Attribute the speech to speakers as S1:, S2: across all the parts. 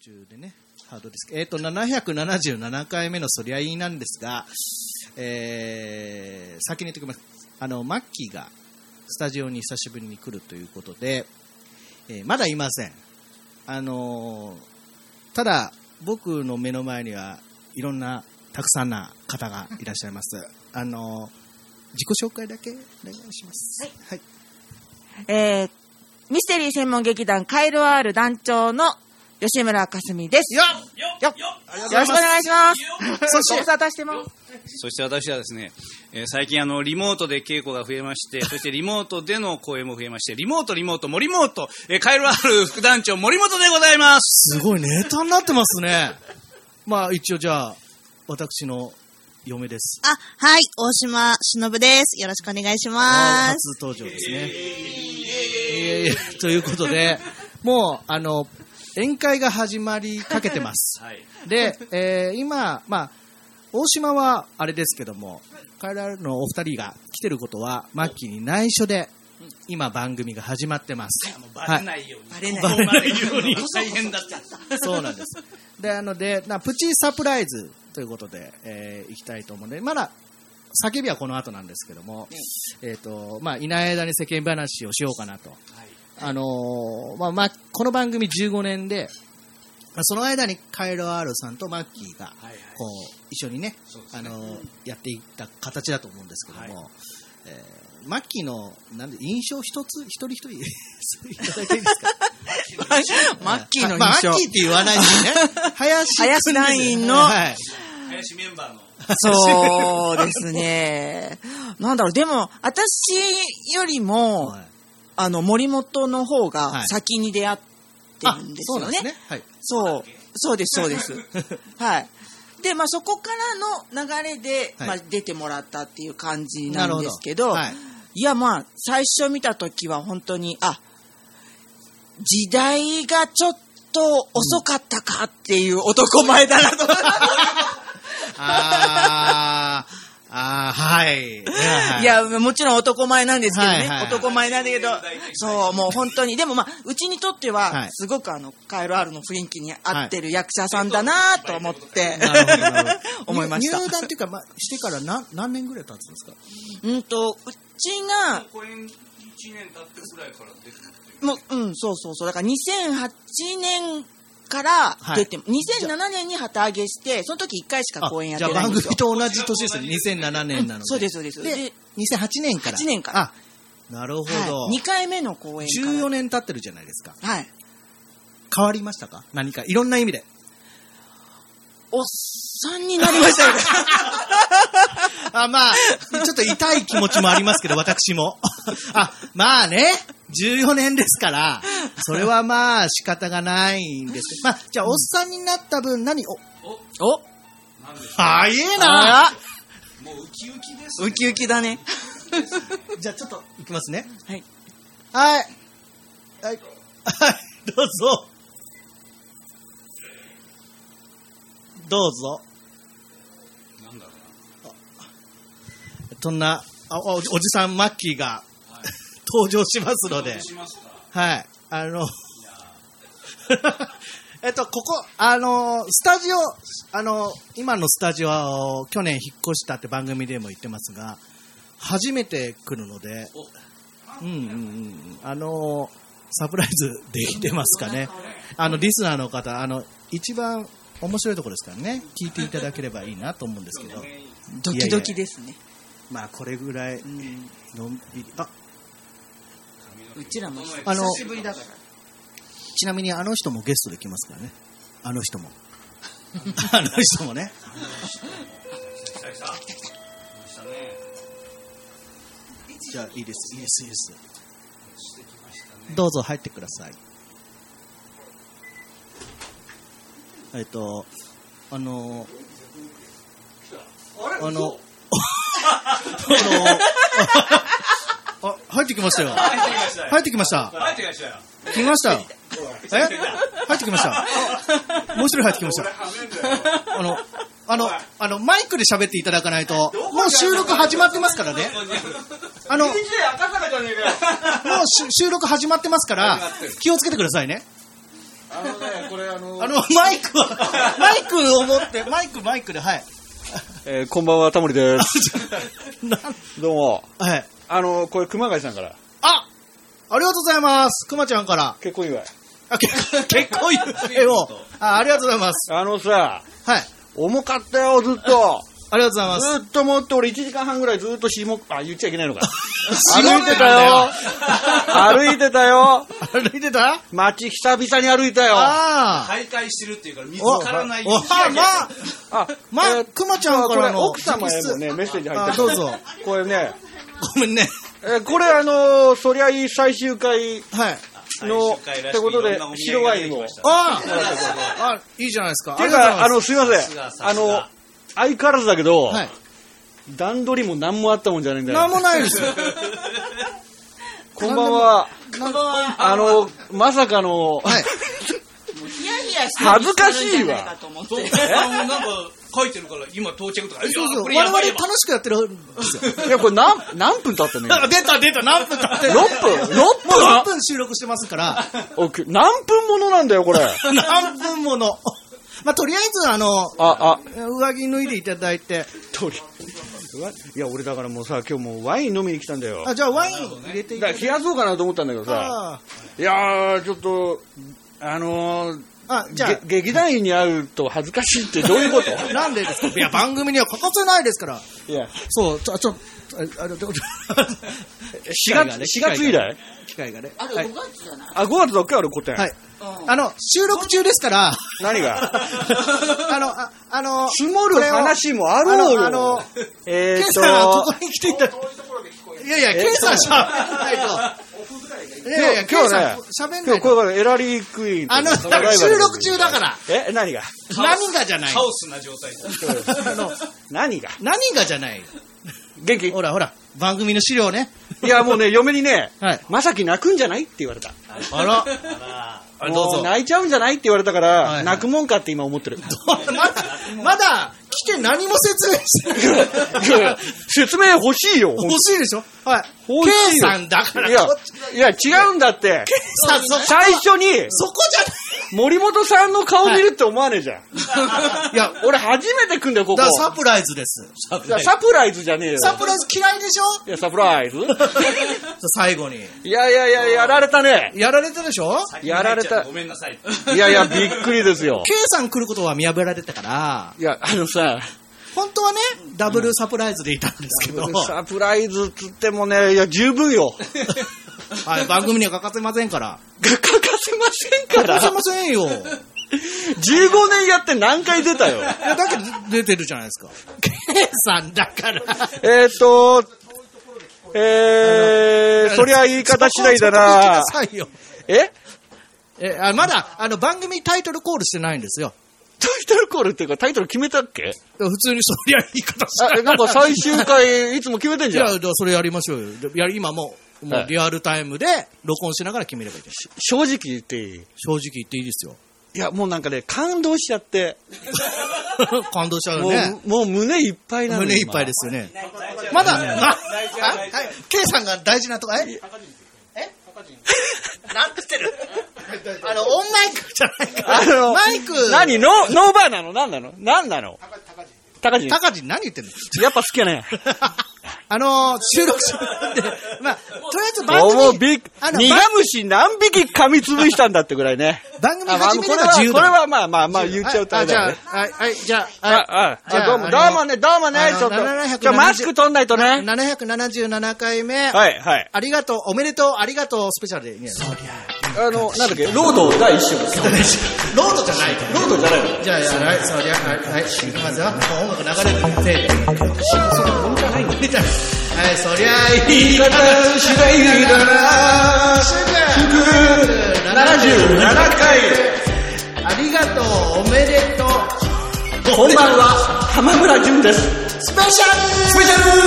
S1: 中でね、ハードディスク。えっ、と、777回目のそりゃいいなんですが、えー先に言っておきます。あの、マッキーがスタジオに久しぶりに来るということで、えーまだいません。あのーただ、僕の目の前にはいろんなたくさんな方がいらっしゃいます。あのー自己紹介だけお願いします。はい。
S2: えー、ミステリー専門劇団カイロアール団長の吉村かすみです。よよよ
S1: よ
S2: ろしくお願いします。
S1: そし
S2: ご
S1: て、
S2: 無沙汰してます。
S3: そして私はですね、えー最近あの、リモートで稽古が増えまして、そしてリモートでの公演も増えまして、リモート、リモート、森モート、えーカエルアール副団長、森本でございま
S1: す
S3: す。
S1: ごいネタになってますね。まあ一応じゃあ、私の嫁です。
S4: あ、はい、大島忍です。よろしくお願いし
S1: あー
S4: ます。
S1: 初登場ですね。いやいやということで、もう、あの、宴会が始まりかけてます。
S3: はい。
S1: で、えー今、まあ、大島はあれですけども、カエラのお二人が来てることは、マッキーに内緒で、今番組が始まってます。
S3: バレないように。
S4: バレ
S1: バ
S4: ない。
S1: レ
S3: バ
S1: な
S3: レ
S1: い
S3: ないように大変だっ た。
S1: そうなんです。で、あので、なプチサプライズということで、えー行きたいと思うんで、まだ、叫びはこの後なんですけども、えっ、と、まあ、いない間に世間話をしようかなと。あのーまあ、まあ、この番組15年で、まあ、その間にカイロ・アールさんとマッキーが、
S3: はい
S1: こう、一緒にね、
S3: そうです
S1: あ
S3: ね
S1: のーやっていった形だと思うんですけども、
S3: は
S1: えーマッキーの、なんで、印象一つ、一人一人、 いただいていいですか
S2: マッキーの
S1: まあ
S2: 印象
S1: マッキーって言わ ないでね。林君です
S2: 林
S1: ね
S2: ナインの
S1: はい。
S3: 林メンバーの。
S2: そうですね。なんだろう、でも、私よりも、
S1: はい
S2: あの、森本の方
S1: は
S2: が
S1: い
S2: 先に出会って
S1: あ
S2: るんで、
S1: そ
S2: す
S1: うな
S2: よ
S1: ん
S2: ね
S1: です。ね。はい。
S2: そう、そうです、そ うです。はい。で、まあ、そこからの流れで、
S1: はい
S2: まあ、出てもらったっていう感じなんですけど、
S1: はい
S2: い、や、まあ、最初見た時は本当に、あ、時代がちょっと遅かったかっていう男前だなと。
S1: あー、あー、はい。いやはい
S2: いや、もちろん男前なんですけどね。
S1: はいはいはい
S2: 男前なんだけど、そう、もう本当に。でもまあ、うちにとって
S1: はい
S2: は、すごくあの、カエル R の雰囲気に合ってる役者さんだなと思って、
S1: なるほどなるほど
S2: 思いました
S1: 入。団っていうか、まあ、してから何何年ぐらい経つんですか
S2: うんと、うちが、
S3: 公演1年経ってぐらいから出てる
S2: もう、うん、そうそうそう。だから2008年から出て、2007年に旗揚げして、その時1回しか公演やって
S1: じゃあ
S2: ないん
S1: 番
S2: で
S1: 組
S2: すよ。
S1: と同じ年ですね。2007年なので。
S2: そうです、そうです。
S1: で
S2: で、
S1: 2008年から。
S2: 8年から
S1: あ、なるほど
S2: は。い、2回目の公演から。
S1: 14年経ってるじゃないですか。
S2: はい。
S1: 変わりましたか何か。いろんな意味で。
S2: おっさんになりましたよ。
S1: あ、まあ、ちょっと痛い気持ちもありますけど、私も。あ、まあね、14年ですから、それはまあ仕方がないんですけど。まあ、じゃあ、おっさんになった分、何、お、
S2: お
S3: なんでし
S1: 早えな
S2: あ
S3: ょう。もうウキウキです
S2: らウキウキだね。
S1: じゃあ、ちょっと、いきますね。
S2: はい。
S1: はい。はい。はい、どうぞ。どうぞ。
S3: なんだろ
S1: そんな、あおおじさん、マッキーが
S3: うな。はい。
S1: 登場しますので
S3: どう。しますか
S1: はい。あの、 えっと、ここ、あの、スタジオ、あの、今のスタジオを去年引っ越したって番組でも言ってますが、初めて来るので、うんうんうん。あの、サプライズできてますかね。あの、リスナーの方、あの、一番面白いところですからね、聞いていただければいいなと思うんですけど、
S2: ドキドキですね。
S1: まあ、これぐらい、
S2: うん
S1: のんびり、あ、
S2: うちらも久
S1: あの
S2: しぶりだから。
S1: ちなみにあの人もゲストで来ますからね。あの人も。あの人もね。
S3: 来た来た。来ましたね。
S1: じゃあいいです、いいです、いいです。
S3: してきましたね。
S1: どうぞ入ってください。えっと、あの、あの、あの、あ、入ってきましたよ。
S3: 入ってきましたよ。
S1: 入ってきました。
S3: 入ってきましたよ。
S1: 来ましたよ。え入ってきました。もう一人入ってきました。あの、あの、あの、マイクで喋っていただかないと、もう収録始まってますからね。あの、もう
S3: 赤坂じゃねえかよ。
S1: し収録始まってますから、気をつけてくださいね。
S3: あのね、ここれあの
S1: あの、マイクは、マイクを持って、マイク、マイクで、はい。
S5: えーこんばんは、タモリです。
S1: なん
S5: どうも。
S1: はい。
S5: あの、これ、熊谷さんから、
S1: あありがとうございます。くまちゃんから。
S5: 結婚祝い。
S1: あ、結結婚祝いを。あ、ありがとうございます。
S5: あのさ、
S1: はい。
S5: 重かったよ、ずっと。
S1: ありがとうございます。
S5: ずっと持って、俺1時間半ぐらいずっとしも、あ、言っちゃいけないのか。
S1: しも
S5: 歩いてたよ。 歩いてたよ。
S1: 歩いてた
S5: 街久々に歩いたよ。あ、
S1: ああ。
S3: 徘徊してるっていうから見つからない
S1: おはまあ、まあ、
S5: えー
S1: くまちゃん
S5: こ
S1: から
S5: れ、
S1: の
S5: 奥様へのね、メッセージ入って
S1: あ
S5: る
S1: どうぞ。
S5: これね、
S1: ごめんね。
S5: えーこれあの、そりゃいい最終回
S1: はい。
S5: の、ってことで、白ワインを。
S1: ああ、あいいじゃないですか。
S5: ていう
S1: ありが
S5: か、あ
S1: とうござい
S5: の、すいま
S3: さ
S5: せ
S3: す
S5: ん
S3: が。さ
S5: あ
S3: すが
S5: の、相変わらずだけど、
S1: ますはい。
S5: 段取りも何もあったもんじゃないんだ
S1: な
S5: よ
S1: ん。もないですよ。
S5: こんばんは。
S1: なんは
S5: あの、まさかの、
S1: い。
S2: ヒヤヒヤして
S5: 恥ずかしいわ
S3: そうあのなんか書いてるから今到着とかいや
S1: そうそう
S3: こ
S1: 我
S3: れや
S1: 々
S3: ば
S1: 楽
S3: い
S1: し
S3: わ
S1: くやってるんですよ。
S5: いや、これ何、何分経ったの今
S1: 出た出た、何分経って
S5: 6
S1: る
S5: 分 ?6
S1: もう6
S5: 分
S1: 分収録してますから、
S5: おく何分ものなんだよ、これ。あ、
S1: 何分もの。まあ、とりあえず、あの、
S5: あ、
S1: 上着脱いでいただいて、
S5: とり。うわいや、俺だからもうさ、今日もうワイン飲みに来たんだよ。
S1: あじゃあワイン入れていた
S5: だ
S1: だ
S5: から
S1: い
S5: 冷やそうかなと思ったんだけど
S1: た
S5: さ、
S1: ら、
S5: いやー、ちょっと、あのー、
S1: あ、じゃあ、
S5: げ劇団員に会うと恥ずかしいってどういうこと
S1: なんでですかいや、番組には欠かせないですから。
S5: いや、
S1: そう、ちょ、ちょ、ああの、ちょ、ち ょ
S5: 4月、4月以来
S1: 機会がね。
S2: あと
S1: はい
S2: 5月じゃない、
S5: あ、5月だっけあれ、個展。
S1: はい。
S2: うん
S1: あの、収録中です から、
S5: 何が
S1: あの、ああの、
S5: 積もる話もあ
S1: あ
S5: ろうよ。
S1: の、あの、
S5: え
S1: ケ
S5: ー
S1: イ
S5: っ
S1: さんは
S5: と
S1: こ、こに来ていただいやいや、ケイさんしゃべんないと。いやいや、ケイ
S5: 今日
S1: さん
S5: ね
S1: しゃべん
S5: 今
S1: ない
S5: 日これ
S1: と。
S5: からエラリークイーンと
S1: あの、
S5: そライバル
S1: 収録中だから、
S5: え、何が
S1: 何がじゃない。
S3: カオスな状態
S1: あの、
S5: 何が
S1: 何がじゃない。
S5: 元気
S1: ほらほら、番組の資料ね。
S5: いや、もうね、嫁にね、
S1: はい。
S5: まさき泣くんじゃないって言われた。
S1: あら、あどう
S5: も
S1: ぞ。
S5: 泣いちゃうんじゃないって言われたから、
S1: いはい
S5: 泣くもんかって今思ってる。
S1: まだ、まだ、来て何も説明してない。
S5: 説明欲しいよ、
S1: 欲しいでしょはい。
S5: 欲しいよ
S1: K さんだから、
S5: いや
S1: こっち、
S5: いや、違うんだって、
S1: さ、そ、
S5: 最初に
S1: そこ
S5: 森本さんの顔見るって思わねえじゃん。
S1: じゃない。いや、
S5: 俺初めて来んだよ、ここ。
S1: だからサプライズです。
S5: いやサプライズじゃねえよ。
S1: サプライズ嫌いでしょ
S5: いや、サプライズ
S1: 最後に。
S5: いやいやいや、やられたね。
S1: やられたでしょ
S5: やられた
S3: ごめんなさい
S5: いやいや、びっくりですよ。
S1: ?K さん来ることは見破られたから、
S5: いや、あのさ、
S1: 本当はね、ダブルサプライズでいたんですけど、は
S5: サプライズっつってもね、いや、十分よ。
S1: い、番組には欠かせませんから。
S5: 欠かせませんか。
S1: 欠からせ
S5: 15
S1: ませんよ。い
S5: 年やって何回出たよ。
S1: や、だけど出てるじゃないですか。K さんだから。
S5: えーっと、えー、そりゃ言い方次第だな
S1: そ。こはちょっと聞いてくださいよ
S5: え
S1: えあまだあの番組タイトルコールしてないんですよ。
S5: タイトルコールっていうかタイトル決めたっけ
S1: 普通にそりゃ言い方し
S5: あえなんか最終回いつも決めてん
S1: い
S5: じゃ
S1: や、
S5: ん。
S1: だからそれやりましょうよ。でや今もう、も
S5: は
S1: う
S5: い
S1: リアルタイムで録音しながら決めればいいです。
S5: 正直言っていい。
S1: 正直言っていいですよ。
S5: いや、もうなんかね、感動しちゃって、
S1: 感動しちゃう
S5: もう、
S1: ね。
S5: もう胸いっぱいなの。
S1: 胸いっぱいですすよね。まだ、な、あはい、K さんが大事なとこ、ええなんて言ってるあの、オンマイクじゃないから。
S5: あの
S1: マイク、
S5: 何ノー、ノーバーなの何なの何なの高地。高
S1: 高地何言ってんの
S5: 地。やっぱ好きやね。
S1: あのー、収録中 なんで、まあ、とりあえず番
S5: もう
S1: 組、
S5: びっ、
S1: あの
S5: 苦虫何匹噛みつぶしたんだってぐらいね。
S1: 番組
S5: あまあ
S1: 始
S5: こ
S1: め
S5: れ
S1: れば
S5: は、
S1: 自
S5: これ
S1: 由だ。
S5: はまあまあまあ言っちゃうとあれだよね。
S1: あ、じゃあ、はい、じゃあ、
S5: あ、あ、
S1: じゃあ
S5: あ、どうも、
S1: あ
S5: ど
S1: の
S5: うもね、どうもね
S1: あ、の
S5: ちょっと。
S1: 770
S5: じゃあマスク取んないとね。
S1: 777回目、
S5: はい、はい。
S1: ありがとう、おめでとう、ありがとう、スペシャルでいいね。
S5: あの、なんだっけ、ロード第一章です。
S1: ロードじゃないから。
S5: ロードじゃないの
S1: じゃあ、じゃあはい、そりゃ、はい、はい、行きますよ。もう音楽流れるせいで。はい、そりゃ、いい方次第だな。祝あ
S5: 77
S1: りがとう、おめでとう。
S5: 回、こんばんは、浜村淳です。
S1: ス
S5: ス
S1: ペシャ
S5: ペシャル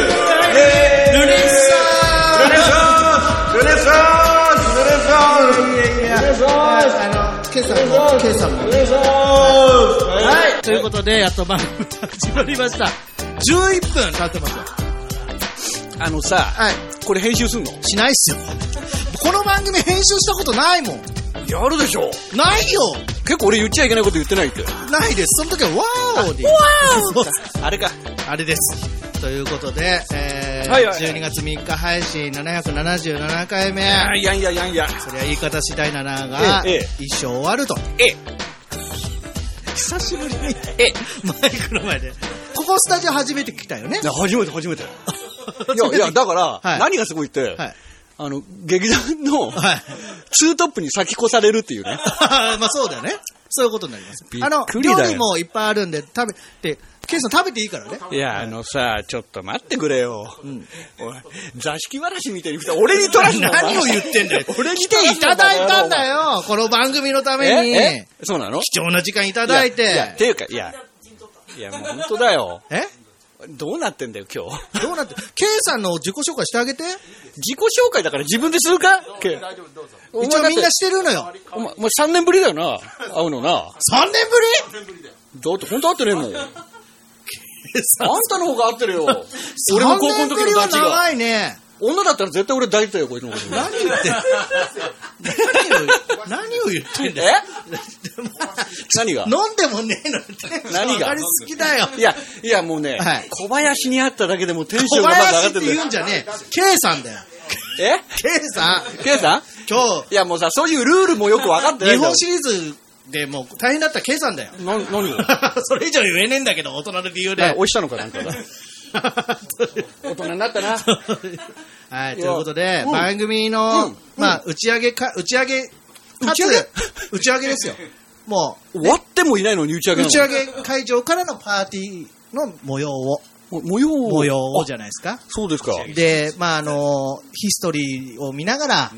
S1: ルルネッサ
S5: ルネサンスルネサンスルネサンスルネサンス
S1: ーあの、ケイさんも、ケイさんも。
S5: ルネサンス
S1: はい、ということで、やっと番組が始まりました。11分経ってますよ。
S5: あのさ、
S1: はい。
S5: これ編集すんの
S1: しないっすよ。この番組編集したことないもん。
S5: やるでしょ
S1: ないよ
S5: 結構俺言っちゃいけないこと言ってないって
S1: ないです。その時は、わーおで。わーお
S5: あれか
S1: あれです。ということで、えー
S5: はいはいはい
S1: 12月3日配信777回目。
S5: あいやいやいやいや
S1: そりゃ言い方次第だなが、
S5: ええええ
S1: 一生終わると。
S5: え
S1: 久しぶりに、マイクの前で。ここスタジオ初めて来たよね
S5: い。や初めて初めていやいやだから、
S1: はい
S5: 何がすごいって、
S1: はい。
S5: あの劇団の、
S1: はい。
S5: ツートップに先越されるっていうね
S1: まあそうだよね。そういうことになります。
S5: びっ
S1: あの、
S5: くりだ
S1: 料
S5: よ
S1: 理もいっぱいあるんで、食べて、ケイさん食べていいからね。
S5: いやあのさちょっと待ってくれよ、おい座敷わらしみたいに俺に取らすの
S1: 何を言って んだよ。来ていただいたんだよ。この番組のため
S5: え
S1: に
S5: え。そうなの
S1: 貴重な時間いただい
S5: やや
S1: て
S5: っ。ていうかいやいやもう本当だよ
S1: え
S5: どうなってんだよ今日
S1: どうなって、ケイさんの自己紹介してあげて。
S5: 自己紹介だから自分でするかけお前
S1: 一
S5: だっ
S1: 応
S5: て
S1: みんなしてるのよ。
S5: お前お前3年ぶりだよな会うのな
S1: 3年ぶり
S5: だって本当会ってねえも ん。あんたの方が合ってるよ。 俺も高校の
S1: 三
S5: 時のダ
S1: 年
S5: チ
S1: ぶりは
S5: が。
S1: 長いね。
S5: 女だったら絶対俺抱いてたよ、こいつのこと。
S1: 何言ってん何を、何を言ってんだよ。
S5: え何が
S1: 飲んでもねえのに
S5: 何が
S1: 上がりすぎだよ。
S5: いや、いやもうね
S1: はい、
S5: 小林に会っただけでもテンシ
S1: 小
S5: ョンがまず上が
S1: 林
S5: っ
S1: って
S5: てん
S1: 言
S5: だ
S1: う
S5: よ
S1: ん。じゃねえ。K さんだよ。
S5: え
S1: K さん、
S5: ケイさん
S1: 今
S5: いやもうさ、そういうルールもよく分かって
S1: 日、日
S5: ないんだよ
S1: 本シリーズでもう大変だった K さんだよ。
S5: な、何が
S1: それ以上言えねえんだけど、大人の理由で。
S5: な押したのかなんかだ。大人になったな。
S1: はい、ということで、
S5: うん
S1: 番組の、
S5: うん
S1: まあ、打ち上げか、打ち上げ、か
S5: 打ち上げ
S1: つ打ち上げですよ。も
S5: 終わってもいないのに打ち上
S1: う、
S5: げ
S1: 打
S5: な
S1: ち上
S5: の
S1: げ会場からのパーティーの模様を、
S5: も模様を
S1: 模様をじ
S5: ゃ
S1: ゃないですか。
S5: そうですか。
S1: で、まあ、あの、ヒストリーを見ながら、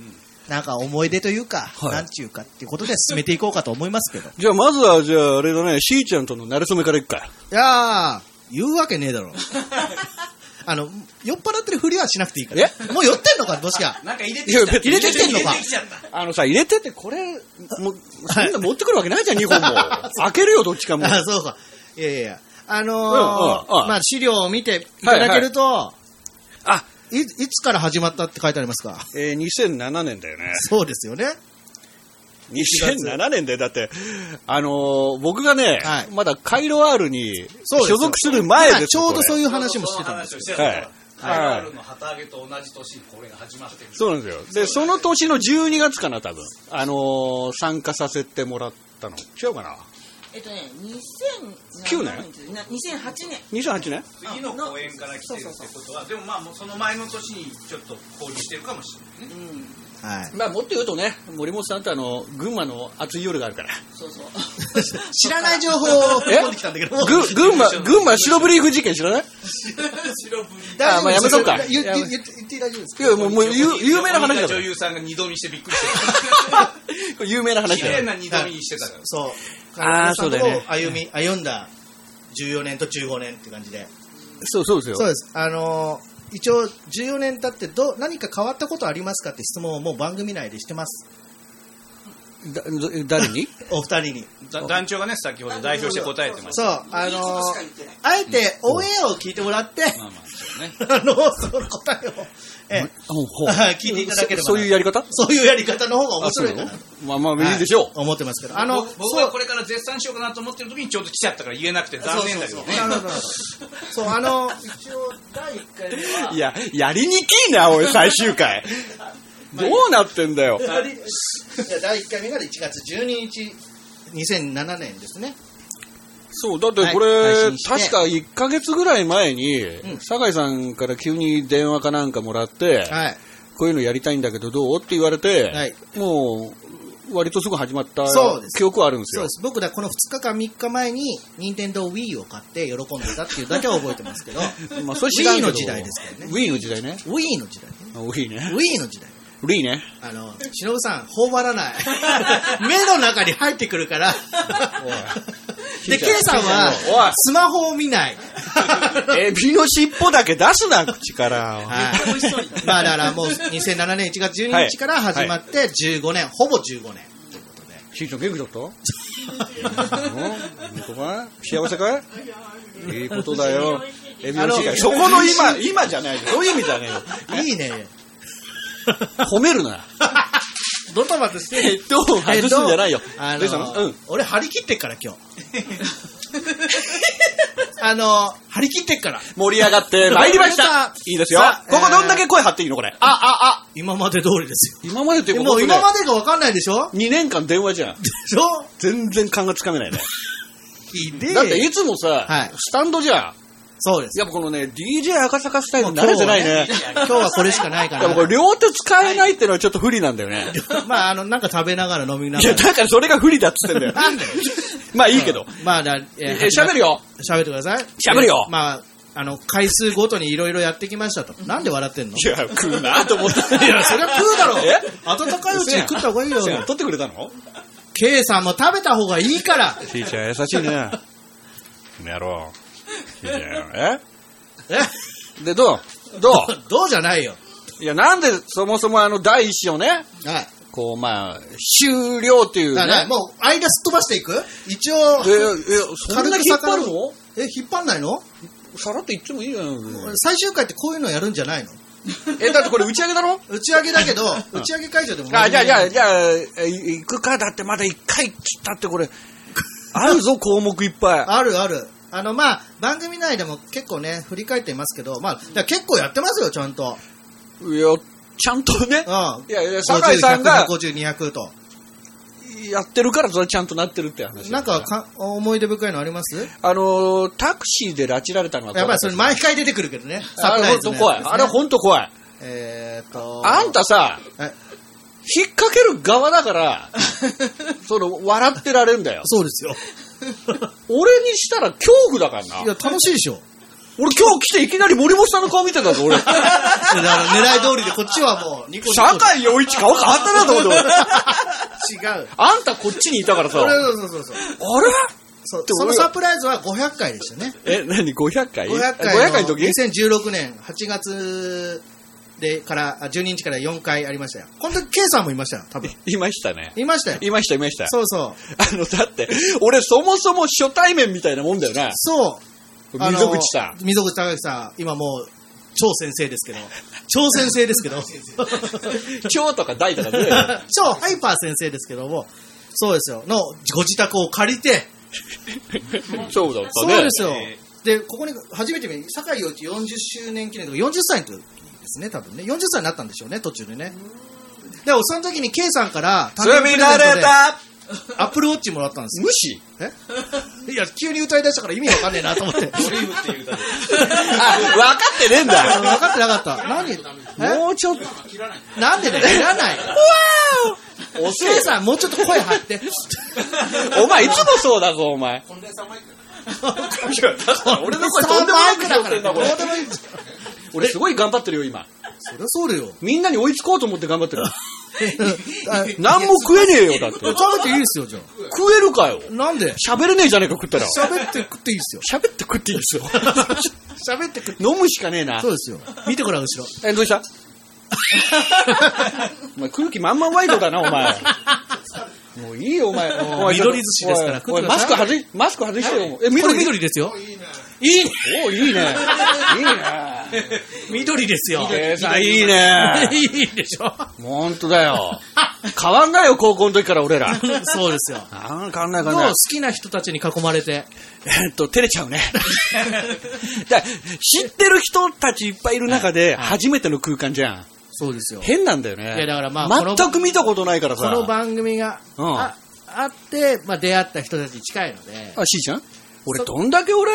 S1: なんか思い出というか、
S5: はい
S1: なんちゅうかっていうことで進めていこうかと思いますけ ど。
S5: じゃあまずは、じゃああれだね、しーちゃんとの馴れ初めからいくか。
S1: いやー、言うわけねえだ ろ。あの、酔っ払ってるふりはしなくていいから。もう酔ってんのか、どうしや。
S3: なんか入れて
S5: いや
S3: きた。
S5: 別に
S1: 入れてきてんのか
S3: 入れきちゃった
S5: あのさ、入れてて、これ、もう、そんな持ってくるわけないじゃん、2本 も。開けるよ、どっちかも。
S1: あ、そうか。いやいやいや。あのー
S5: うんうんうん
S1: まあ、資料を見ていただけると、
S5: あ、
S1: い、いつから始まったって書いてありますか
S5: えー、2007年だよね。
S1: そうですよね。
S5: 2007年だよ。だって、あのー僕がね、
S1: はい
S5: まだカイロワールに
S1: そうです
S5: 所
S1: よ
S5: 属する前です
S1: ちょうどそう
S5: う。
S1: いう話もしてたんですよ。
S3: す
S5: はい
S3: カイロールの旗揚げと同じ年にこれが始まってる。
S5: そうなんですよ。で、その年の12月かな、多分。あのー参加させてもらったの。違うかな。
S2: えっとね、
S5: 九
S2: 2009
S5: 年
S2: 年 ?2008 年。
S5: 2008年
S3: 次の公演から来てるってことは、でもまあもうその前の年にちょっと交流してるかもしれない。
S2: うん、
S1: はい。
S5: まあ、もっと言うとね、森本さんとあの、群馬の暑い夜があるから。
S2: そうそう。
S1: 知らない情報を振り込んできたんだけど、もう
S5: ぐ群馬、群馬白ブリーフ事件知らないあまあやめとくか
S1: 言って、
S5: や
S1: 言
S5: め
S1: って、言って大丈夫です
S5: い や、もう、もう、 有有名な話だか
S3: 女
S5: ら。
S3: 優さんが二度見してびっくりして
S5: これ有名
S3: た。
S5: な話
S3: 綺
S5: だ
S3: 麗
S5: よ。
S3: な二度見してたから。
S1: そう。
S5: あーそうだよね
S1: 彼女さんと歩み、歩んだ14年と15年って感じで。
S5: そう、そうです
S1: そうです。あのー一応14年経ってどう何か変わったことありますかって質問をもう番組内でしてます。
S5: だ誰に
S1: お二人に。
S3: だ団長がね、先ほど代表して答えてまし
S1: そう、あの
S2: いいことしか言っ
S1: ー
S2: てない
S1: あえてオンエアを聞いてもらって、
S3: た。まあまあ、そうね。
S1: あのーその答えを、ええ
S5: ほうほう
S1: 聞いていただければな
S5: そそういうやり方
S1: そういうやり方の方が面白いかな。
S5: まあまあ、いいでしょう
S1: は。い思ってますけど。あ
S3: あ
S1: の、
S3: の、僕はこれから絶賛しようかなと思ってる時にちょうど来ちゃったから言えなくて残念だけどね。
S1: そうなるほどなるほどそう、あの、 一応、第1回目は、
S5: いや、やりにきいな、おい、最終 回。どうなってんだよ。
S1: 第いや第1回目が1月12日、2007年ですね。
S5: そう、だってこ
S1: はい
S5: れ、
S1: 配信して
S5: 確か1ヶ月ぐらい前に
S1: ん、
S5: 酒井さんから急に電話かなんかもらって、
S1: はい。
S5: こういうのやりたいんだけどどうって言われて、
S1: はい
S5: もう、割とすぐ始まった
S1: そうです
S5: 記憶はあるんです
S1: そう
S5: よ
S1: で。す。僕らこの2日か3日前に、任天堂 Wii を買って喜んでたっていうだけは覚えてます けど、
S5: まあ、それ知らんけど
S1: Wii の時代ですからね。
S5: Wii の時代ね。
S1: Wii の時代ね。
S5: あ Wii ね。
S1: Wii の時代。
S5: Wii ね。
S1: あの、しのぶさん、頬張らない。 目の中に入ってくるから。で、ケイさん
S5: おい
S1: は、スマホを見 ない。
S5: エビの尻尾だけ出すな、口から。
S1: はいまあだからもう2007年1月12日から始まって15年、ほぼ15年。
S5: しーちゃん元気だったうん本当かい幸せかいいいことだよ。エビの尻
S1: あ
S5: 尾。
S1: の
S5: そこの今、 今じゃないよ。そういう意味じゃねえよ。
S1: いいね。
S5: 褒めるな。
S1: ドタバタして
S5: ヘッドホン外すんじゃないよ。
S1: あの
S5: レイさんうん。
S1: 俺張り切ってっから 今日あの張り切ってっから
S5: 盛り上がって参りました
S1: さあ
S5: いいですよ
S1: さ。あ
S5: ここどんだけ声張っていいのこれ。
S1: あああ今まで通りですよ
S5: 今までという
S1: で
S5: か、
S1: もう
S5: 本当ね
S1: 今までが分かんないでしょ
S5: 2年間電話じゃん。
S1: でしょ
S5: 全然勘がつかめないね。
S1: ひでえ
S5: だっていつもさ、
S1: はい
S5: スタンドじゃん。
S1: そうです
S5: やっぱこのね、DJ 赤坂スタイルに慣れてないね。
S1: 今日はこれしかないか
S5: やっぱこれ
S1: ら
S5: 両手使えないってのはちょっと不利なんだよね。
S1: まああのなんか食べながら飲みないが
S5: や、
S1: ら
S5: だからそれが不利だっつってんだ よ。
S1: なんだよ
S5: まあいいけど。
S1: まあだ
S5: え
S1: え
S5: ー喋るよ。
S1: 喋ってください
S5: 喋るよ
S1: まああの回数ごとにいろいろやってきましたとなんで笑ってんの
S5: いや、食うなと思った。
S1: いやそりゃ食うだろ
S5: え
S1: 温かいうちに食った方がいいよ
S5: そうや取ってくれたの
S1: K さんも食べた方がいいから
S5: ひーちゃん優しい ね。この野郎。ひーちゃん。
S1: え
S5: えで、どうど
S1: どうじゃないよ
S5: ういや、なんでそもそもあの第一子をね、
S1: はい
S5: こう、まあ、終了っていう
S1: だから
S5: ね
S1: ね。もう間すっ飛ばしていく一応
S5: え、え、そんなに引っ張るの
S1: え引っ張んないの
S5: さらっと言ってもいいじゃん。
S1: 最終回ってこういうのやるんじゃないの
S5: え、だってこれ打ち上げだろ
S1: 打ち上げだけど打ち上げ会場でも
S5: あ、じゃあ、じゃあ、じゃあ、え行くか。だってまだ一回っつったってこれ、あるぞ、項目いっぱい。
S1: あるあるあのまあ番組内でも結構ね振り返っていますけどまあだから結構やってますよちゃんと
S5: いや、ちゃんとね。
S1: うん
S5: いやいや、酒井さんが
S1: 50100と
S5: やってるから、それちゃんとなってるって話だよ。
S1: なんかか思い出深いのあります
S5: あのー、タクシーで拉致られたのは
S1: やっぱりそれ
S5: 前
S1: 毎回出てくるけどねサ
S5: あ
S1: プ
S5: れ
S1: ライ
S5: 本
S1: ズ
S5: 当
S1: の
S5: 怖
S1: や
S5: い。
S1: つね
S5: あれ本当怖い。
S1: えーっと
S5: あんたさ、
S1: え
S5: 引っ掛ける側 だから、その、笑ってられるんだよ。
S1: そう ですよ
S5: 俺にしたら恐怖だから
S1: い
S5: な。
S1: や楽しいでしょ
S5: 俺今日来ていきなり森本さんの顔見て たぞ、俺。
S1: いやだから狙い通りでこっちはもうニコニコ
S5: 酒井陽一顔変わったなと思って、 俺。
S1: 違う
S5: あんたこっちにいたからさ、
S1: そ
S5: あ
S1: れ
S5: れ
S1: そうそうそうそうそのサプライズは500回でしたね
S5: え、何 ?500 回
S1: 500
S5: ?500
S1: 回
S5: 回の
S1: の
S5: 時
S1: 2016年8月でからあ12日から4回ありましたよこの時 K さんもいましたよ多分
S5: いましたね。
S1: いましたよ
S5: いました、いました。
S1: そうそう
S5: あの、だって、俺そもそも初対面みたいなもんだよな。
S1: そうあの
S5: 溝口さん。
S1: 溝口隆さん今もう超先生 ですけど超先生ですけど
S5: 蝶とか大とか出ないよ
S1: 超ハイパー先生ですけどもそうですよのご自宅を借りて
S5: そうだった
S1: そう
S5: ね。
S1: ですよ
S3: え
S1: でここに初めて見酒井陽一40周年記念とか40歳の時ですね多分ね40歳になったんでしょうね途中でねでその時に K さんから誕生日プレゼントでアップルウォッチもらったんですよ
S5: 無視
S1: えいや急に歌い出したから意味わかんねえなと思って
S3: ドリームっていう歌で。
S5: あ、分かってねえん
S1: あの
S5: だ。
S1: 分かってなかった何え
S5: もうちょっと、
S1: なんでだよいらない
S5: 遅
S1: ケイさん、もうちょっと声張って。
S5: え。お前いつもそうだぞ、お前。俺の声とんでもないことになってんだ、これ
S1: どうでもいいじゃん
S5: 俺すごい頑張ってるよ、今。
S1: そりゃそうだよ。
S5: みんなに追いつこうと思って頑張ってる。
S1: あ
S5: 何も食えねえよ、だって。
S1: 食べていいですよ、じゃ
S5: 食えるかよ。
S1: あ。なん で
S5: 喋れねえじゃねえか、食ったら。
S1: 喋って食っていいですよ。
S5: 喋って食っていいですよ。
S1: 喋って食って。
S5: 飲むしかねえな
S1: そ。うですよ。見てごらん、後ろ。
S5: え、どうした お前空気満々ワイドだな、お 前。もういいよ、お前。お前
S1: 緑寿司ですから
S5: おいおい
S1: 食ってくだ
S5: マスク
S1: さい
S5: 外し、マスク外してよ。もうえ、緑、緑。
S1: 緑ですよ。
S5: いいね。おいいね。いい ね。
S1: 緑ですよ。
S5: えーさいいね。
S1: いいでし ょ。
S5: ほんとだよ。変わんないよ、高校の時から俺ら。
S1: そうですよ。
S5: なんか変わんない
S1: ど
S5: 変
S1: う
S5: わんな
S1: 好
S5: い。
S1: きな人たちに囲まれて。
S5: えーっと、照れちゃうね。 だ知ってる人たちいっぱいいる中で、初めての空間じゃん。
S1: そうですよ。
S5: 変なんだよね。
S1: いやだからまあこの
S5: 全く見たことないから
S1: こ
S5: さ。
S1: の番組が
S5: うん
S1: ああって、まあ出会った人たちに近いので。
S5: あ、しーちゃん俺
S1: そ
S5: どんだけ俺、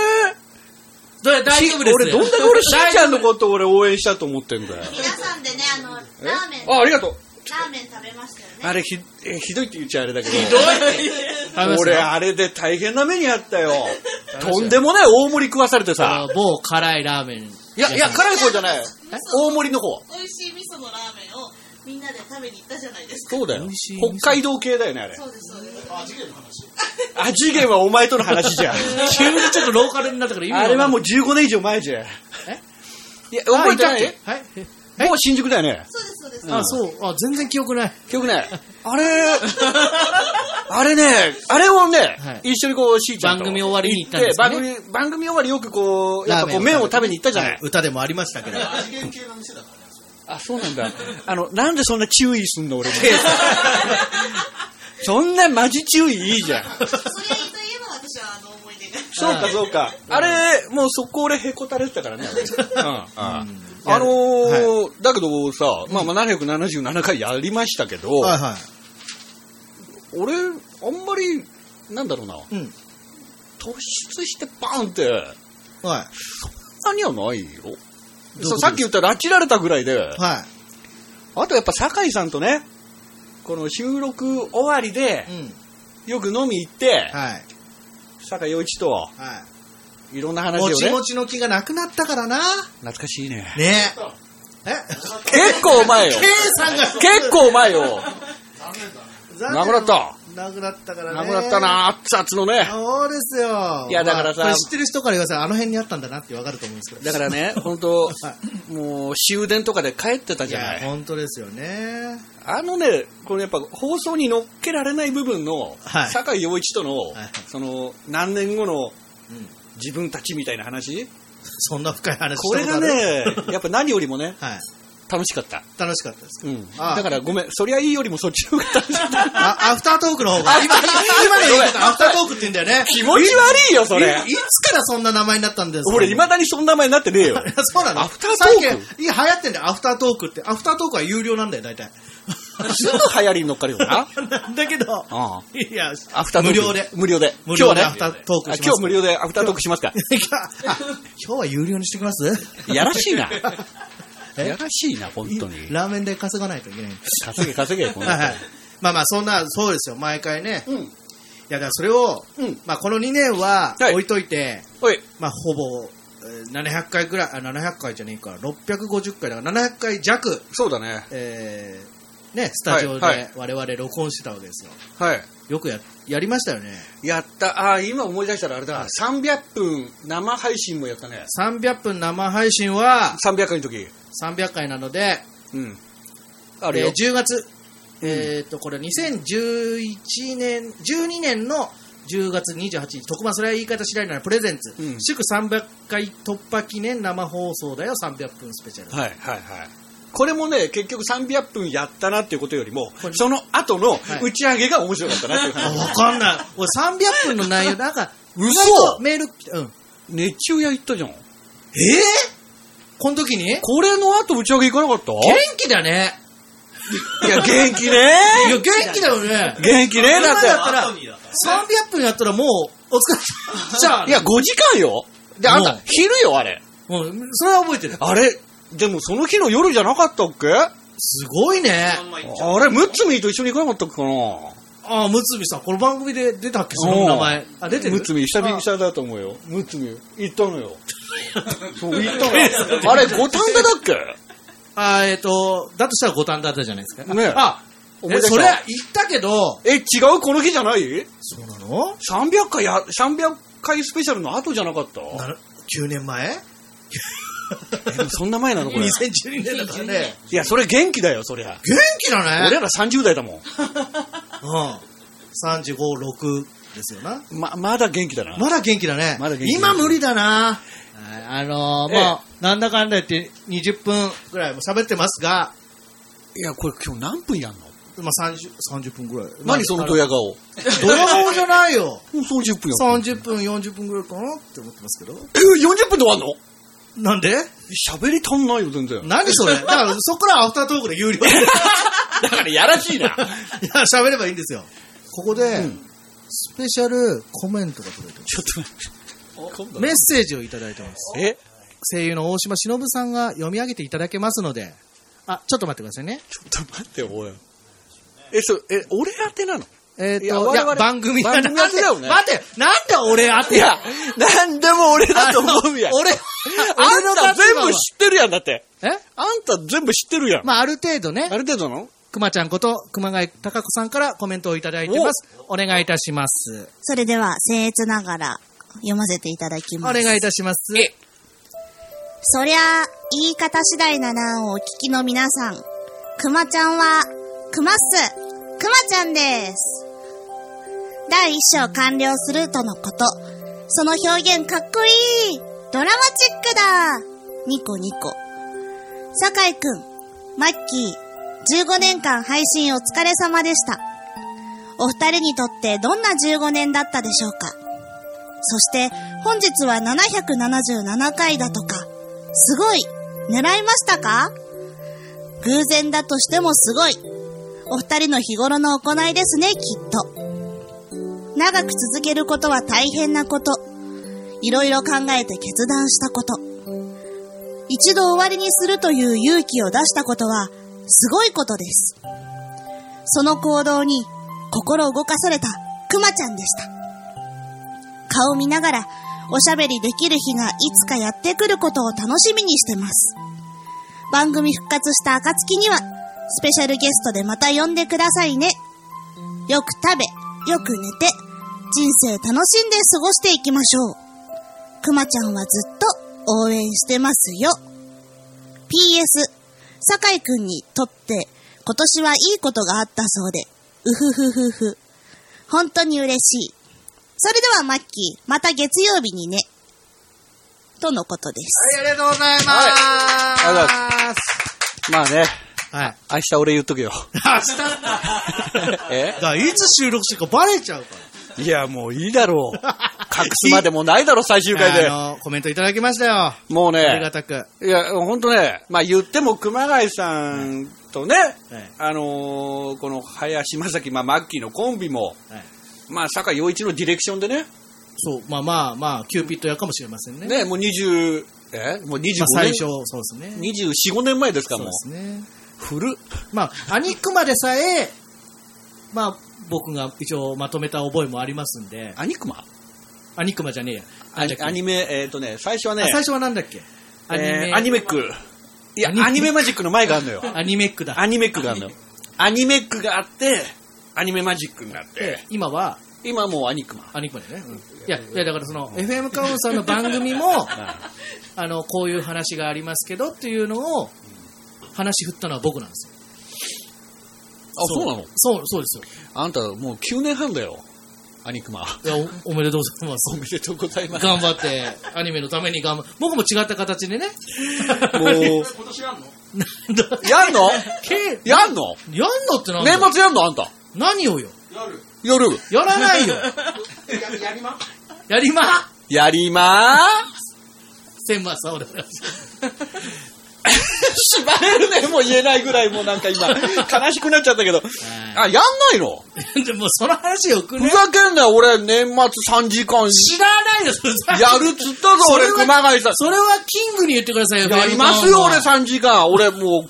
S1: どれ大丈夫です
S5: 俺どんだけ俺しーちゃんのこと俺応援したと思ってんだよ。
S4: 皆さんでね、あの、ラ
S5: え
S4: ーメン、ラ
S5: あ、ありがとう。
S4: ーメン食べましたよね。
S5: あれひ、えひどいって言っちゃあれだけど。
S1: 大丈夫です
S5: 俺あれで大変な目にあったよ。とんでもない大盛り食わされて
S1: あ
S5: さ
S1: の。某辛いラーメン。
S5: いや、いや、辛い方じゃない。大盛りの方。
S4: 美味しい味噌のラーメンをみんなで食べに行ったじゃないですか。
S5: そうだよ
S1: 美味しい。
S5: 北海道系だよね、あれ。
S4: そうです、そうです。
S5: 味源はお前との話じゃん。
S1: 急にちょっとローカルになったから意味わ
S5: あ
S1: か
S5: れ
S1: んない
S5: はもう15年以上前じゃん。
S1: え
S5: いや、覚えてない
S1: はいえ
S5: もう新宿だよね。
S4: そうです、そうです。
S1: あ、そう。あ、全然記憶ない。
S5: 記憶ない。 あれ、あれね、あれをね、
S1: はい
S5: 一緒にこう、しーちゃんと
S1: 番組終わりに行ったんですね
S5: 行って番組、番組終わりよくこう、やっぱこう、
S1: ラーメン
S5: 麺
S1: を
S5: を食べに行ったじゃない。
S1: 歌でもありましたけど。
S5: あ、そうなんだ。 あの、なんでそんな注意すんの 俺に。そんなマジ注意いいじゃん。
S4: それといえば私はあの思い出が。
S5: そうかそうか。あれ、もうそこ俺へこたれてたからね。あのーだけどさ、まあまあ777回やりましたけど、
S1: はいは
S5: 俺、あんまり、なんだろうな、
S1: い。うん。
S5: 突出してバーンって、
S1: は
S5: 何はないよ。
S1: い。
S5: そうさっき言った拉致られたぐらいで、
S1: は
S5: あとやっぱ酒井さんとね、この収録終わりで
S1: い。、うん。
S5: よく飲み行って、
S1: はい。
S5: 酒井陽一と
S1: はい
S5: ろんな話
S1: い。
S5: を
S1: もち
S5: ね
S1: も、ちの木がなくなったからな。
S5: 懐かしいね。
S1: ねえ。え
S5: 結構前 よ
S1: K さんが
S5: 結構前 よ
S1: 残念
S5: なくなった
S1: なくなったからね。
S5: なくなったな、熱々のね。
S1: そうですよ。
S5: いやだからさ
S1: まあこれ知ってる人から言わせたらあの辺にあったんだなってわかると思うんですけど。
S5: だからね、本 当
S1: は
S5: もう終電とかで帰ってた
S1: い
S5: じゃな
S1: や、
S5: い。
S1: 本当ですよね。
S5: あのね、これやっぱ放送に乗っけられない部分の、
S1: はい
S5: 酒井陽一と
S1: い
S5: の、その、何年後の
S1: うん
S5: 自分たちみたいな話、
S1: そんな深い話し
S5: こ
S1: た
S5: れ
S1: こと
S5: が
S1: ある
S5: ね、やっぱ何よりもね、
S1: はい。
S5: 楽しかった。
S1: 楽しかったですか。
S5: うん。
S1: ああ
S5: だからごめん、そりゃいいよりもそっちの方が楽しかった。
S1: あ、アフタートークの方が。今、今の言い方、アフタートークって言うんだよね。
S5: 気持ち悪いよ、それ
S1: い。いつからそんな名前になったんですか
S5: 俺、未だにそんな名前になってねえよ。
S1: そうなの
S5: アフタートーク
S1: 最近いや、流行ってんだよ、アフタートークって。アフタートークは有料なんだよ、大体。
S5: すぐ流行りに乗っかるよ な。
S1: だけど、
S5: あ
S1: いや、
S5: あアフタート
S1: 無
S5: ーク。
S1: 料で。
S5: 無料で。
S1: 無
S5: 今日は
S1: 料
S5: ね
S1: でアフタートークし
S5: あ
S1: ます。
S5: 今日無料でアフタートークしますか。
S1: あ 今日は有料にしてきます
S5: やらしいな。
S1: え
S5: やらしいな、本当に。
S1: ラーメンで稼がないといけないんです。
S5: 稼げ、稼げ、この
S1: はいはい。まあまあ、そんな、そうですよ、毎回ね。
S5: うん。
S1: いや、だからそれを、
S5: うん。
S1: まあ、この2年は
S5: はい
S1: 置いといて、
S5: おい、
S1: まあ、ほぼ、えー700回ぐらい、あ、700回じゃねえか、650回だから、700回弱、
S5: そうだね。
S1: えーね、スタジオ
S5: はいはい
S1: で我々録音してたわけですよ。
S5: はい。
S1: よくや、やりましたよね。
S5: やった。ああ、今思い出したらあれだ。300分生配信もやったね。
S1: 300分生配信は
S5: 300回の時。
S1: 300回なので、
S5: うん。あれ
S1: え
S5: よ
S1: ー。10月、えっと、これ2011年、12年の10月28日、特番、それは言い方次第ならプレゼンツ、
S5: うん
S1: 祝300回突破記念生放送だよ、300分スペシャル。
S5: はい、はい、はい。これもね、結局300分やったなっていうことよりも
S1: これ、
S5: その後の
S1: はい
S5: 打ち上げが面白かったなっていう
S1: あ、
S5: 感じ。
S1: わかんない。俺300分の内 容、なんか、
S5: 嘘
S1: 意外とメール来て、うん。
S5: 熱中屋行ったじゃん。
S1: えー、この時に元
S5: これの後打ち上げ行かなかった
S1: 気だね。
S5: いや、元気ね
S1: いや、元気だよね。
S5: 元気ねだ
S1: 今だった
S5: っ
S1: ら、300分やったらもう、お疲 れ。じゃあ、
S5: て。いや、5時間よ。で、あん
S1: う
S5: た
S1: ん、
S5: 昼よ、あれ。
S1: うん、それは覚えてる。
S5: あれ、でもその日の夜じゃなかったっけあ
S1: すごいね。
S5: れ、ムッツミーと一緒に行かなかったっけかな
S1: ああ、むつみさん、この番組で出たっけ、その名前。あ、出てる
S5: ムッツミー、久々
S1: あ
S5: だと思うよ。ムッツミー、行ったの よ。そう、行ったのよ。あれ、五反田だっけ
S1: あー、えっ、と、だとしたら五反田だったじゃないですか。
S5: ねえ
S1: あ、
S5: 思い
S1: え
S5: 出した
S1: それ、言ったけど、
S5: え、違うこの日じゃない
S1: そうなの
S5: ?300 回や、300回スペシャルの後じゃなかった
S1: なる ?9 年前
S5: えでもそんな前なのこれ。い
S1: ?2012 年だからね。
S5: や、それ元気だよ、そりゃ。
S1: 元気だ
S5: 俺
S1: ね。
S5: ら30代だも
S1: うん。35、6ですよな。
S5: ん。ま、まだ元気だな。
S1: まだ元気だね。
S5: まだ元気
S1: 今無理だな。あのー、
S5: ええ
S1: まあ、なんだかんだ言って20分ぐらいも喋ってますが、
S5: いや、これ今日何分やんの
S1: まあ30、30分ぐらい。
S5: 何その
S1: ド
S5: ド
S1: ヤ
S5: ヤ顔。
S1: 顔じゃないよ。
S5: 放送10分やん。
S1: 30分、40分ぐらいかなって思ってますけど。
S5: え、40分で終わんの
S1: なんで
S5: 喋り足んないよ、全然。
S1: 何それだからそこからアフタートークで有料で。い
S5: だからやらしいな。
S1: や、喋ればいいんですよ。ここで、
S5: ん
S1: スペシャルコメントが届いてま
S5: ちょっと待って
S1: す。メッセージをいただいてます。
S5: え、
S1: 声優の大島忍さんが読み上げていただけますので、あ、ちょっと待ってくださいね。
S5: ちょっと待ってよ、おい。え、そえ、俺宛てなの
S1: えっ、
S5: いや
S1: と、
S5: 我
S1: いや、
S5: 々
S1: 番組
S5: 番組宛てだよね
S1: 待って、なんで 俺当て、
S5: なんでも俺だと思うやん。
S1: 俺、
S5: あ
S1: 俺
S5: ん
S1: の
S5: た
S1: 立
S5: 全
S1: 場
S5: 部
S1: は
S5: 知ってるやん、だって。
S1: え
S5: あんた全部知ってるやん。
S1: まあ、ある程度
S5: あ
S1: ね、
S5: る程度なの
S1: くまちゃんこと熊谷貴子さんからコメントをいただいてます。お願いいたします。
S4: それでは、僭越ながら読ませていただき
S1: お
S4: ます。
S1: 願いいたします。
S4: そりゃあ、言い方次第だなをお聞きの皆さん。くまちゃんは、くまっす。くまちゃんです。第一章完了するとのこと。その表現かっこいいドラマチックだニコニコ。酒井くん、マッキー、15年間配信お疲れ様でした。お二人にとってどんな15年だったでしょうかそして、本日は777回だとか、すごい狙いましたか偶然だとしてもすごい。お二人の日頃の行いですね、きっと。長く続けることは大変なこと。いろいろ考えて決断したこと。一度終わりにするという勇気を出したことは、すごいことです。その行動に心動かされたくまちゃんでした。顔見ながらおしゃべりできる日がいつかやってくることを楽しみにしてます。番組復活した暁には、スペシャルゲストでまた呼んでくださいね。よく食べ、よく寝て、人生楽しんで過ごしていきましょう。くまちゃんはずっと応援してますよ。PS、酒井くんにとって今年はいいことがあったそうで、うふふふふ。本当に嬉しい。それではマッキー、また月曜日にね。とのことです。
S1: ありがとうございます。
S5: ありがとうまあね、
S1: はい。
S5: 明日俺言っとくよ。
S1: 明日だ。
S5: え
S1: だからいつ収録してるかバレちゃうから。
S5: いや、もういいだろう。隠すまでもないだろ、最終回 で。
S1: あの、コメントいただきましたよ。あ
S5: もう
S1: り
S5: ね
S1: が、たく。
S5: いや、ほんとね、まあ言っても熊谷さんとね、
S1: はい
S5: あのーこの林正樹、まあマッキーのコンビも、
S1: はい
S5: まあ坂井陽一のディレクションでね、
S1: そう、まあまあまあ、キューピットやかもしれませんね。
S5: ね、もう20、えもう25年、
S1: まあ、最初、そうですね。
S5: 24、5年前ですか、
S1: そう
S5: もう
S1: で。すね。
S5: 古っ
S1: まあ、アニクマでさえ、まあ、僕が一応まとめた覚えもありますんで、
S5: アニクマ
S1: アニクマじゃねえや。
S5: ア
S1: なんだ
S5: ニ
S1: っけ
S5: アニメ、えっ、とね、最初はね
S1: あ、最初はなんだっけアニメ、
S5: えーアニメック。いや、
S1: アニメ
S5: アニメマジックの前があ るのよ。
S1: アニメックだ。
S5: アニメックがあるのよ。アニメックがあって、アニメマジックになって
S1: で、今は、
S5: 今もうアニクマ。
S1: アニクマだよね。うんいや、いやだからその、FM カウンさんの番組も、あの、こういう話がありますけどっていうのを、話振ったのは僕なんですよ。
S5: あ、そうなの
S1: そう、そうですよ。
S5: あんたもう9年半だよ、アニクマ。
S1: いやおおめでとうございます
S5: お。めでとうございます。
S1: 頑張って、アニメのために頑張僕も違った形でね。
S5: もう、
S3: 今年あんの
S1: なんだ
S5: やんの
S1: け
S5: やんの
S1: やんのってなんだ
S5: 年
S1: よ
S5: 末やんのあんた。
S1: 何をよ。
S5: 夜。
S1: やらないよ。やりま
S5: やりまー
S1: 千万さおだから。
S5: す。縛れるね、もう言えないぐらいもうなんか今、悲しくなっちゃったけど。あ、やんないの
S1: でも、その話よく
S5: ふ
S1: ね。
S5: ざけんなよ、俺、年末3時間。
S1: 知らないよ、それ。
S5: やるっつったぞ、
S1: それ
S5: 俺、
S1: は
S5: 熊谷さん。
S1: それはキングに言ってくださいよ、
S5: やりますよ、
S1: フェ
S5: 俺
S1: ルトンは
S5: 3時間。俺もう、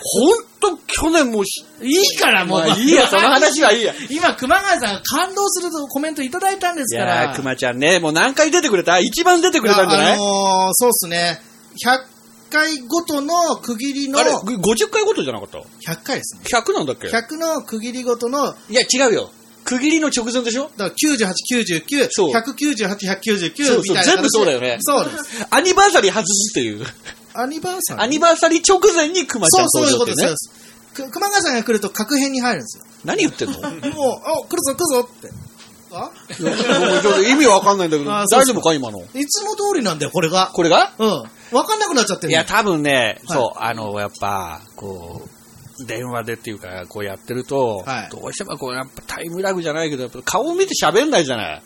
S5: ほんと去年もし、
S1: いいから、も
S5: ま
S1: う。
S5: あいいや、その話はいいや。
S1: 今、熊谷さんが感動するコメントいただいたんです
S5: い
S1: から。
S5: やー、熊ちゃんね、もう何回出てくれた一番出てくれたんじゃない
S1: あのーそうっすね。100回ごとの区切りの、
S5: あれ、
S1: 100
S5: 50回ごとじゃなかった
S1: 回ですね。
S5: ?100 なんだっけ
S1: 100の区切りごとの、
S5: いや、違うよ。区切りの直前でしょ
S1: だから98、99、
S5: そう
S1: 198、
S5: そ
S1: 199
S5: う
S1: み
S5: そう
S1: たいな形で。
S5: 全部そうだよね
S1: そうです。
S5: アニバーサリー外すっていう。
S1: アニバーサリー。
S5: アニバーサリー直前に熊ち
S1: そ
S5: ゃ、
S1: うんそう
S5: 登
S1: いうこ
S5: 場
S1: とで
S5: って
S1: す。そう
S5: ね
S1: で。すく熊谷さんが来ると格変に入るんですよ。
S5: 何言ってんのも
S1: もう、あ、来るぞ来るぞって。あ
S5: うちょっと意味わかんないんだけ ど、
S1: あそう
S5: 大
S1: そ
S5: 丈
S1: う
S5: 夫か今の。
S1: いつも通りなんだよ、これが。
S5: これが
S1: うん。わかんなくなっちゃってる
S5: い
S1: の
S5: や、多分ね、
S1: はい
S5: そう、あの、やっぱ、こう、電話でっていうか、こうやってると、
S1: はい
S5: どうしてもこう、やっぱタイムラグじゃないけど、やっぱ顔を見て喋んないじゃない。
S1: はい。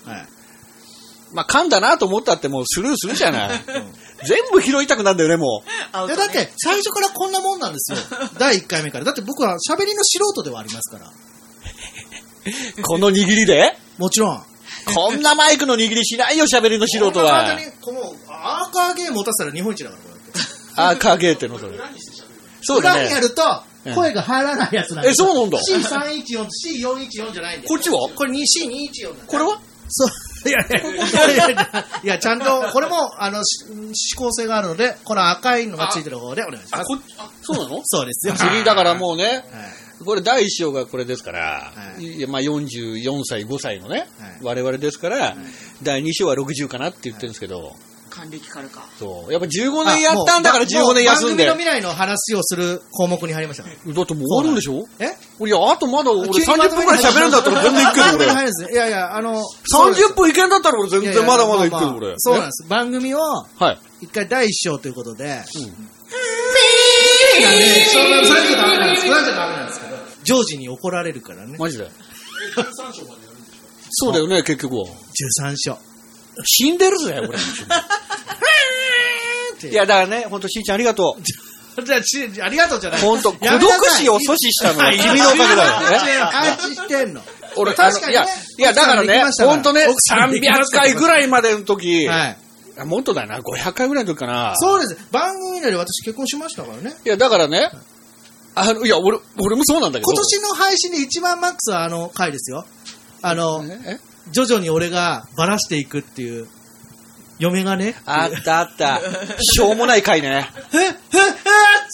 S5: まあ、噛んだなと思ったってもうスルーするじゃない。全部拾いたくなんだよね、も
S1: いやだって、最初からこんなもんなん ですよ。第1回目から。だって僕は喋りの素人ではありますから。
S5: う。この握りで
S1: もちろん。
S5: こんなマイクの握りしないよ、喋りの素人
S1: こんな
S5: は
S1: 簡。単に、この、アーカーゲーム持たせたら日本一だから、こうやって。
S5: あ、影ってのそれ。そうだ
S1: 裏にや
S5: ね。
S1: ると、声が入らないやつなん
S5: え、そうなんだ。
S1: C314 と C414 じゃないんだよ。
S5: こっちは
S1: これ C214 だ。
S5: これは
S1: そう。 いやいやいやいや、いやちゃんと、これも、あの、し指向性があるので、この赤いのがついてる方でお願いします。
S5: こあそうなの
S1: そうですよ。
S5: 次、だからもうね、
S1: はい
S5: これ第一章がこれですから、
S1: はい
S5: いやまあ、44歳、5歳のね、
S1: はい
S5: 我々ですから、第2章は60かなって言ってるんですけど、
S2: 還暦からか。
S5: そうやっぱ15年やったんだから15年休んで、
S1: も
S5: だ
S1: う番組の未来の話をする項目に入りましたから。
S5: ってもう終わるんでしょ
S1: え
S5: いや、あとまだ俺
S1: 急に
S5: 30分くらい喋るんだったら全然いけ
S1: 番
S5: る
S1: 組に入
S5: 俺。
S1: るんですね いやいや、あの、
S5: 30分いけんだったら俺全
S1: いやい
S5: 然
S1: や
S5: まだまだいける
S1: ああ
S5: 俺。
S1: そうなん
S5: ね
S1: です。番組を、
S5: はい。
S1: 一回第一章ということで、
S5: うん
S1: ピーがね、それそれじゃダメなんです。それじゃダメなんですけど、ジョージに怒られるからね。
S5: マジで。そうだよね、結局は。
S1: 13章。
S5: 死んでるぜ、 俺。いや、だからね、本当しーちゃんありがとう。
S1: じゃあ、ち、ありがとうじゃない。
S5: 本当孤
S1: やめなさい
S5: 独死を阻止したの は君のおかげだよ。ね
S1: 安心してんの。
S5: 俺、
S1: 確かにね
S5: あのいや、いや、だからね、
S1: 奥さん
S5: 本当ね、
S1: 奥さんできま
S5: 300
S1: したから
S5: 回ぐらいまでの時、
S1: はい。
S5: あもっとだな、500回ぐらいの時かな。
S1: そうです。番組内で私結婚しましたからね。
S5: いや、だからね、あの、いや、俺、俺もそうなんだけど。
S1: 今年の配信で一番マックスはあの回ですよ。あの、
S5: え
S1: 徐々に俺がバラしていくっていう、嫁がね、
S5: あったあった。しょうもない回ね。
S1: えええっ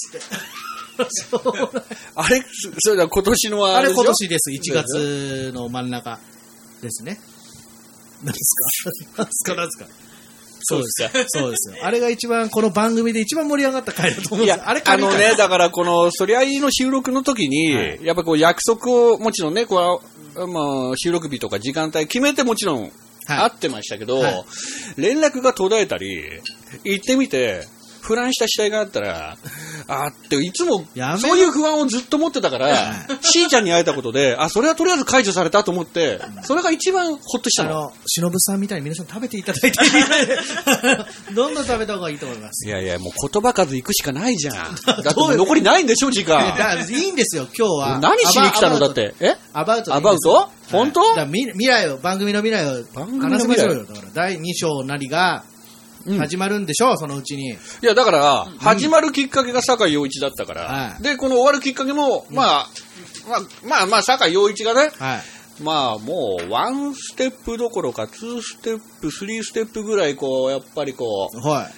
S1: つって。そう
S5: あれ、そそれだ今年のは
S1: あれ
S5: でしょ
S1: 今年です。1月の真ん中ですね。何ですか何ですか何ですか そうですよ。そうですよ。あれが一番、この番組で一番盛り上がった回だと思うん
S5: い
S1: です
S5: や、
S1: よ。
S5: あ
S1: あれ
S5: れあの
S1: 神回
S5: ね、だからこの、そりゃいいの収録の時に、やっぱこう約束を、もちろんね、こう、まあ、収録日とか時間帯決めてもちろん
S1: はい
S5: 会ってましたけど、
S1: はい
S5: 連絡が途絶えたり、行ってみて、不乱した死体があったら、あーって、いつも
S1: やめ、ろ
S5: そういう不安をずっと持ってたから
S1: は、
S5: しーちゃんに会えたことで、あ、それはとりあえず解除されたと思って、それが一番ほっとした
S1: あ
S5: の。
S1: の、しのぶさんみたいに皆さん食べていただい て、どんどん食べた方がいいと思います。
S5: いやいや、もう言葉数行くしかないじゃん。 だって
S1: どう
S5: も
S1: いう
S5: う残りないんでしょ、時間。
S1: い やだいいんですよ、今日は。
S5: 何しに来たの
S1: アバ
S5: だっ。て。え
S1: アバウトでいい
S5: アバウト
S1: ですよ
S5: 本当
S1: はいだからみ未来を、番組の未来を
S5: 番組の
S1: 話しまし
S5: 未来
S1: ょうよ。だから第2章なりが
S5: うん
S1: 始まるんでしょう、そのうちに。
S5: いや、だから、始まるきっかけが坂井陽一だったから、
S1: はい
S5: で、この終わるきっかけも、まあ、まあ、まあ、まあ、坂井陽一がね、
S1: はい。
S5: まあ、もう、ワンステップどころか、ツーステップ、スリーステップぐらい、こう、やっぱりこう、
S1: は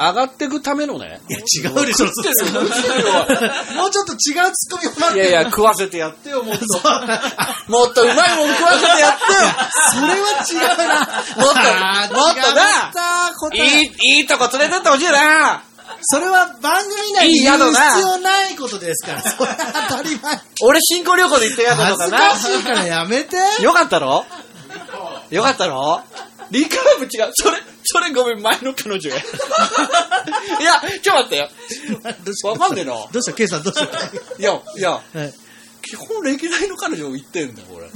S5: 上がっていくためのね、
S1: い。いや、違うでしょ、も
S5: 食ってるよ食ってる
S1: うちょっと違うツッコミを待って。
S5: いやい や、食わせてやってよ、もっと。
S1: そう
S5: もっとうまいもん食わせてや
S1: それは違うな。
S5: もっと
S1: あー
S5: もっとな
S1: 違った答
S5: ってよ
S1: え。
S5: いい、いいとこ連れてってほしいな
S1: それは番組内に言う必要ないことですから、それは当たり前。
S5: 俺新婚旅行で行った宿
S1: 恥
S5: と
S1: ず
S5: か
S1: か
S5: な。
S1: しいからやめて。
S5: よかったろよかったろリカーブ違う。それ、それごめん、前の彼 女や。いや、ちょっと待ってよ。
S1: どうした
S5: わかんねえな
S1: どうしたケイさんどうした
S5: いや、いや、
S1: はい
S5: 基本歴代の彼女を言ってんだよ、俺。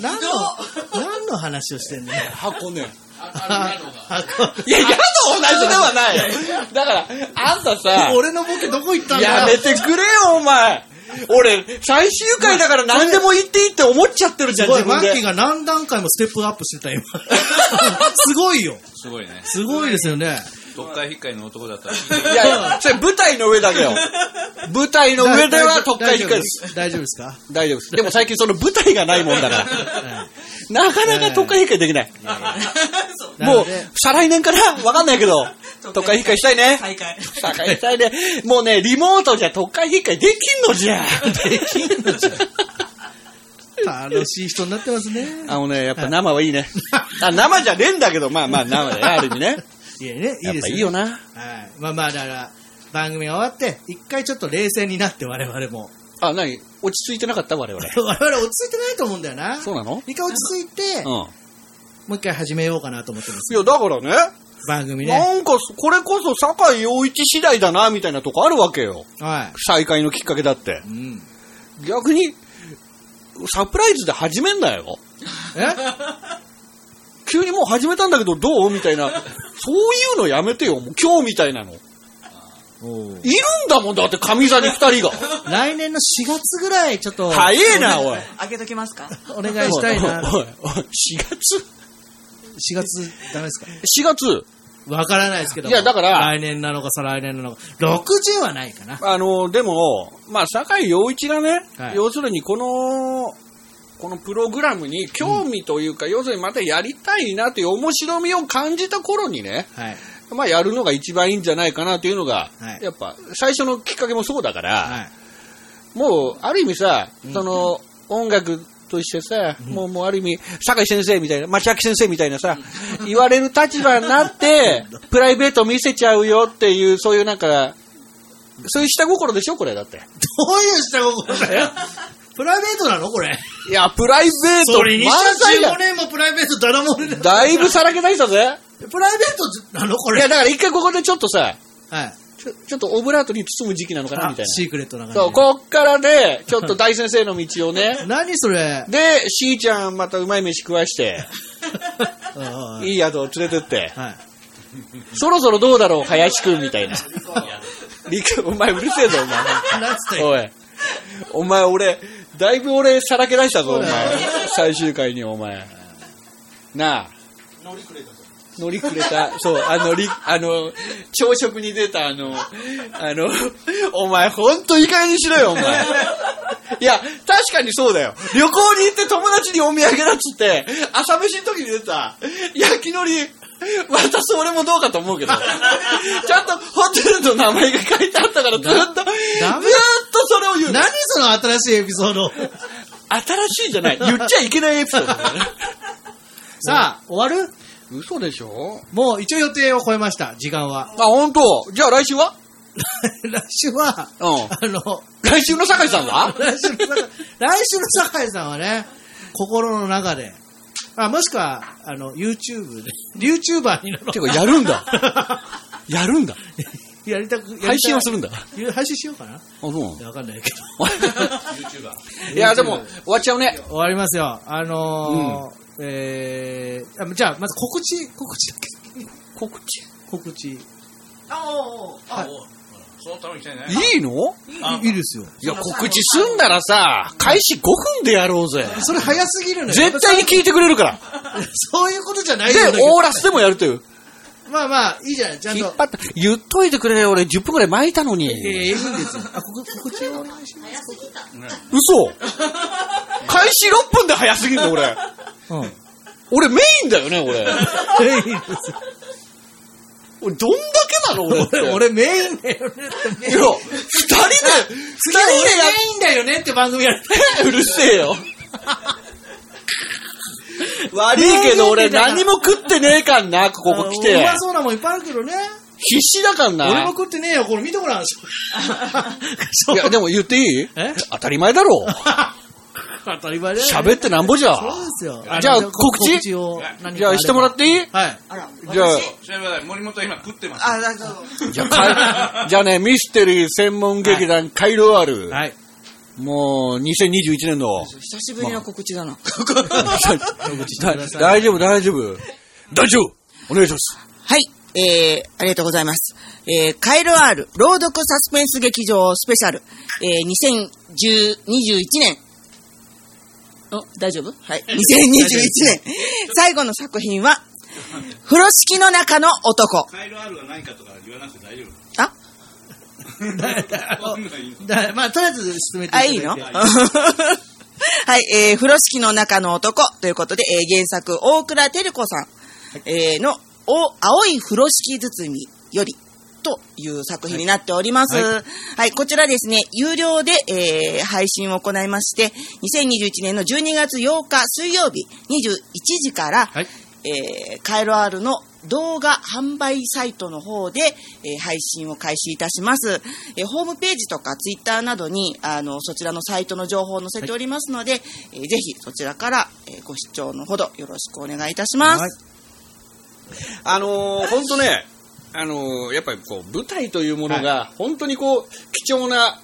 S1: 何の、何の話をしてんの
S5: 箱根。い
S1: い
S5: や、宿同じではないよ。だから、あんたさ、
S1: 俺のボケどこ行ったんだ
S5: やめてくれよ、お前。俺、最終回だから何でも言っていいって思っちゃってるじゃ
S1: す
S5: ん、
S1: ごい、
S5: 自
S1: マ
S5: 分
S1: ッキー
S5: で。
S1: が何段階もステップアップしてた、今。 すごいよ。
S3: すごいね。
S1: すごいですよね。
S3: 特会引っかいの男だったら。
S5: いや、それ舞台の上だけよ。舞台の上では特会引っかいです。
S1: 大丈夫ですか
S5: 大丈夫です。でも最近その舞台がないもんだ から。なかなか都会控えできない。も
S1: なの
S5: う
S1: で、
S5: 再来年からわかんないけど、 都会控えしたいね。
S2: 大会。
S5: 都会控えで。もうね、リモートじゃ都会控えできんのじゃ。できんのじゃ。
S1: 楽しい人になってますね。
S5: あのね、やっぱ生はいいね。あ、生じゃねえんだけど、まあ まあ生だよ、ある意味ね。
S1: いやね、い
S5: や
S1: いで
S5: っぱ
S1: す
S5: い
S1: よね
S5: いよな。
S1: はい。まあまあ、だから、番組が終わって、一回ちょっと冷静になって、我々も。
S5: あ、なに落ち着いてなかった我々。
S1: 我々落ち着いてないと思うんだよな。
S5: そうなの
S1: 一回落ち着いて、
S5: うん。
S1: もう一回始めようかなと思ってます。
S5: いや、だからね、
S1: 番組ね。
S5: なんか、これこそ酒井陽一次第だな、みたいなとこあるわけよ。
S1: は
S5: 再会のきっかけだって
S1: い。。うん。
S5: 逆に、サプライズで始めんなよ。
S1: え
S5: 急にもう始めたんだけどどうみたいな。そういうのやめてよ。もう今日みたいなの。いるんだもんだって、神座に二人が。
S1: 来年の4月ぐらい、ちょっと、
S5: 早えな、おい。
S2: 開けときますか
S1: お願いしたいな。4
S5: おい、おい、4月
S1: 月、ダメですか
S5: ?4 月
S1: わからないですけど。
S5: いやだから
S1: 来年なのか、再来年なのか。60はないかな。
S5: あの、でも、まあ、坂井陽一がね、
S1: はい
S5: 要するにこの、このプログラムに興味というか、要するにまたやりたいなという面白みを感じた頃にね、
S1: はい。
S5: まあ、やるのが一番いいんじゃないかなというのが、
S1: はい
S5: やっぱ、最初のきっかけもそうだから、
S1: はい。
S5: もう、ある意味さ、その、音楽としてさ、もう、もう、ある意味、酒井先生みたいな、町秋先生みたいなさ、言われる立場にな って、プライベート見せちゃうよっていう、そういうなんか、そういう下心でしょこれ、だって。
S1: どういう下心だよ。 プライベートなのこれ。
S5: いや、プライベート
S1: それに
S5: 満
S1: して
S5: 載
S1: も15
S5: だ。
S1: 年もプライベートだらもれだ。
S5: だいぶさらけ出したぜ。
S1: プライベートなのこ
S5: いや、
S1: れ。
S5: だから一回ここでちょっとさ、
S1: はい。
S5: ちょちょっとオブラートに包む時期なのかなみたい
S1: シークレットな
S5: な。
S1: 感じ
S5: そう、こっか らね、ちょっと大先生の道をね。
S1: 何それ
S5: で、しーちゃんまたうまい飯食わして、
S1: うんうんうん
S5: いい宿を連れてって、
S1: はい。
S5: そろそろどうだろう、林くんみ たいな。リカ、お前うるせえぞ、
S1: なんつっ
S5: お
S1: て
S5: 前。おい。お前俺、だいぶ俺さらけ出したぞ、お前。最終回にお前。なあ。乗りくれた。そう、あの、り、あの、朝食に出たあの、あの、お前ほんといい加減にしろよ、お前。いや、確かにそうだよ。旅行に行って友達にお土産だっつって、朝飯の時に出た、焼き海苔、渡す俺もどうかと思うけど、ちゃんとホテルの名前が書いてあったからずっと、ずーっと
S1: ダメ
S5: それを言うの
S1: 何その新しいエピソー ド。
S5: 新しいじゃ ない。言っちゃいけないエピソードだよね。
S1: さあ、終わる
S5: 嘘でしょ
S1: もう一応予定を超えました、時間は。
S5: あ、本当。じゃあ来週は
S1: 来週は、
S5: うん
S1: あの、
S5: 来週の酒井さんは
S1: 来週の酒井来週の酒井さんはね、心の中で、あもしくは、あの、YouTube で、YouTuber になろう。
S5: てかやるんだ。やるんだ。
S1: やりたく、やりたい
S5: 配信はするんだ。あ、
S1: ゆ配信しようかな
S5: そうなの
S1: いやわかんないけど。
S5: いや、でも、終わっちゃうね。
S1: 終わりますよ。あのーえーあじゃあ、まず告知、告知だけ。告知告知。
S3: そのために来たいね。
S5: いいの
S3: あ
S1: いいですよ。
S5: いや、告知すんならさ、開始5分でやろうぜ。
S1: それ早すぎるのよ。
S5: 絶対に聞いてくれるから。
S1: そういうことじゃない
S5: で
S1: よ。だけ、ど
S5: オーラスでもやるという。
S1: まあまあ、いいじゃない。ちゃんと。い
S5: 引っ張った。言っといてくれよ、俺10分くらい巻いたのに。
S1: やいやいいんですよ。あ、告告知をお願いしま
S5: 嘘開始6分で早すぎるの、俺。
S1: す。うん。
S5: 俺メインだよね、俺。
S1: いいですよ。
S5: 俺、どんだけなの、俺っ て。
S1: 俺、俺メインだよねって。
S5: いや、二人で、
S1: 次
S5: 二人
S1: 俺
S5: でやっ
S1: メインだよねって番組やりたい。
S5: うるせ えよ。悪いけど俺何も食ってねえかんな、ここ来
S1: あう
S5: て。
S1: まそうなもんいっぱいあるけどね。
S5: 必死だかん
S1: 俺も
S5: な。
S1: 食ってねえよ。これ見てごらん。
S5: い
S1: い
S5: や、でも言っていい
S1: え
S5: 当たり前だろ。
S1: 当たり前だよね
S5: 喋ってなんぼじゃ。
S1: そうですよ。
S5: じゃあ告知
S1: 告知を何か
S5: じゃあしてもらっていい
S1: はい。
S2: あら、
S5: じゃあ
S2: 私
S3: ちなみに森本は今食ってます。
S2: あ、だけど、
S5: じゃあか い、じゃあね、ミステリー専門劇団カイロアル。
S1: はい。
S5: もう、2021年の。
S2: 久しぶりの告知だな。
S5: 大丈夫、大丈夫。大丈夫お願いします。
S2: はい、えー、ありがとうございます。えー、カエル R 朗読サスペンス劇場スペシャル、えー、2021年、ん大丈夫はい。2021年、最後の作品は、風呂敷の中の男。
S3: カエル R は何かとか言わなくて大丈 夫。
S2: あ
S3: わかんない
S1: だまあ、とりあえず進めて
S2: あ、
S1: だて
S2: いいの はい、えー、風呂敷の中の男ということで、えー原作、大倉照子さん、えーの、お、青い風呂敷包みより、という作品になっております。はい、こちらですね、有料で、えー配信を行いまして、2021年の12月8日水曜日21時から、
S1: はい
S2: えーカエロ R の動画販売サイトの方で、えー配信を開始いたします、えーホームページとかツイッターなどにあのそちらのサイトの情報を載せておりますので、えーぜひそちらから、えーご視聴のほどよろしくお願いいたします、
S1: はい
S5: あのー、ほんとね、あのー、やっぱりこう、舞台というものが、本当にこう、貴重な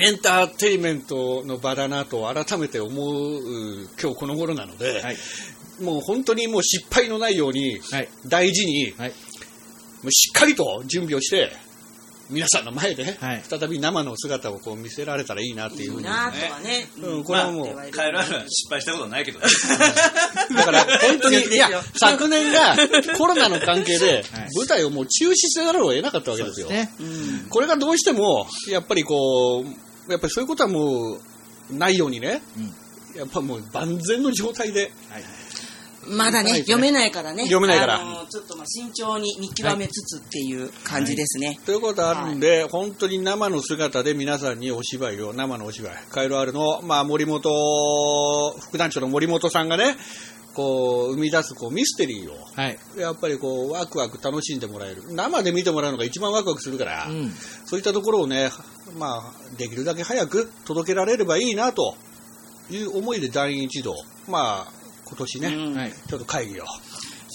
S5: エンターテインメントの場だなと改めて思う、今日この頃なので、
S1: はい。
S5: もう本当にもう失敗のないように、
S1: はい
S5: 大事に、
S1: はい
S5: もうしっかりと準備をして、皆さんの前で、
S1: はい
S5: 再び生の姿をこう見せられたらいいなっていうふうに。
S2: なあとはね、
S5: うん、これはもう、
S2: まあ
S3: カエル R は失敗したことはないけど。
S5: だから本当に、
S2: 逆です
S5: い
S2: よ
S5: や、昨年がコロナの関係で
S1: はい、
S5: 舞台をもう中止せざるを得なかったわけですよ。
S1: ね。
S2: うん
S5: これがどうしても、やっぱりこう、やっぱりそういうことはもう、ないようにね、やっぱもう万全の状態で、
S2: まだね、読めないからね。
S5: 読めないから
S2: あのちょっとまあ慎重に見極めつつっていう感じですね。
S5: ということあるんで、本当に生の姿で皆さんにお芝居を、生のお芝居、カイロアルの、まあ、森本、副団長の森本さんがね、こう、生み出すこうミステリーを、
S1: はい。
S5: やっぱりこうワクワク楽しんでもらえる生で見てもらうのが一番ワクワクするから、
S1: うん。
S5: そういったところをね、まあ、できるだけ早く届けられればいいなという思いで団員一同、まあ、今年ね、
S2: うん
S1: はい。
S5: ちょっと会議を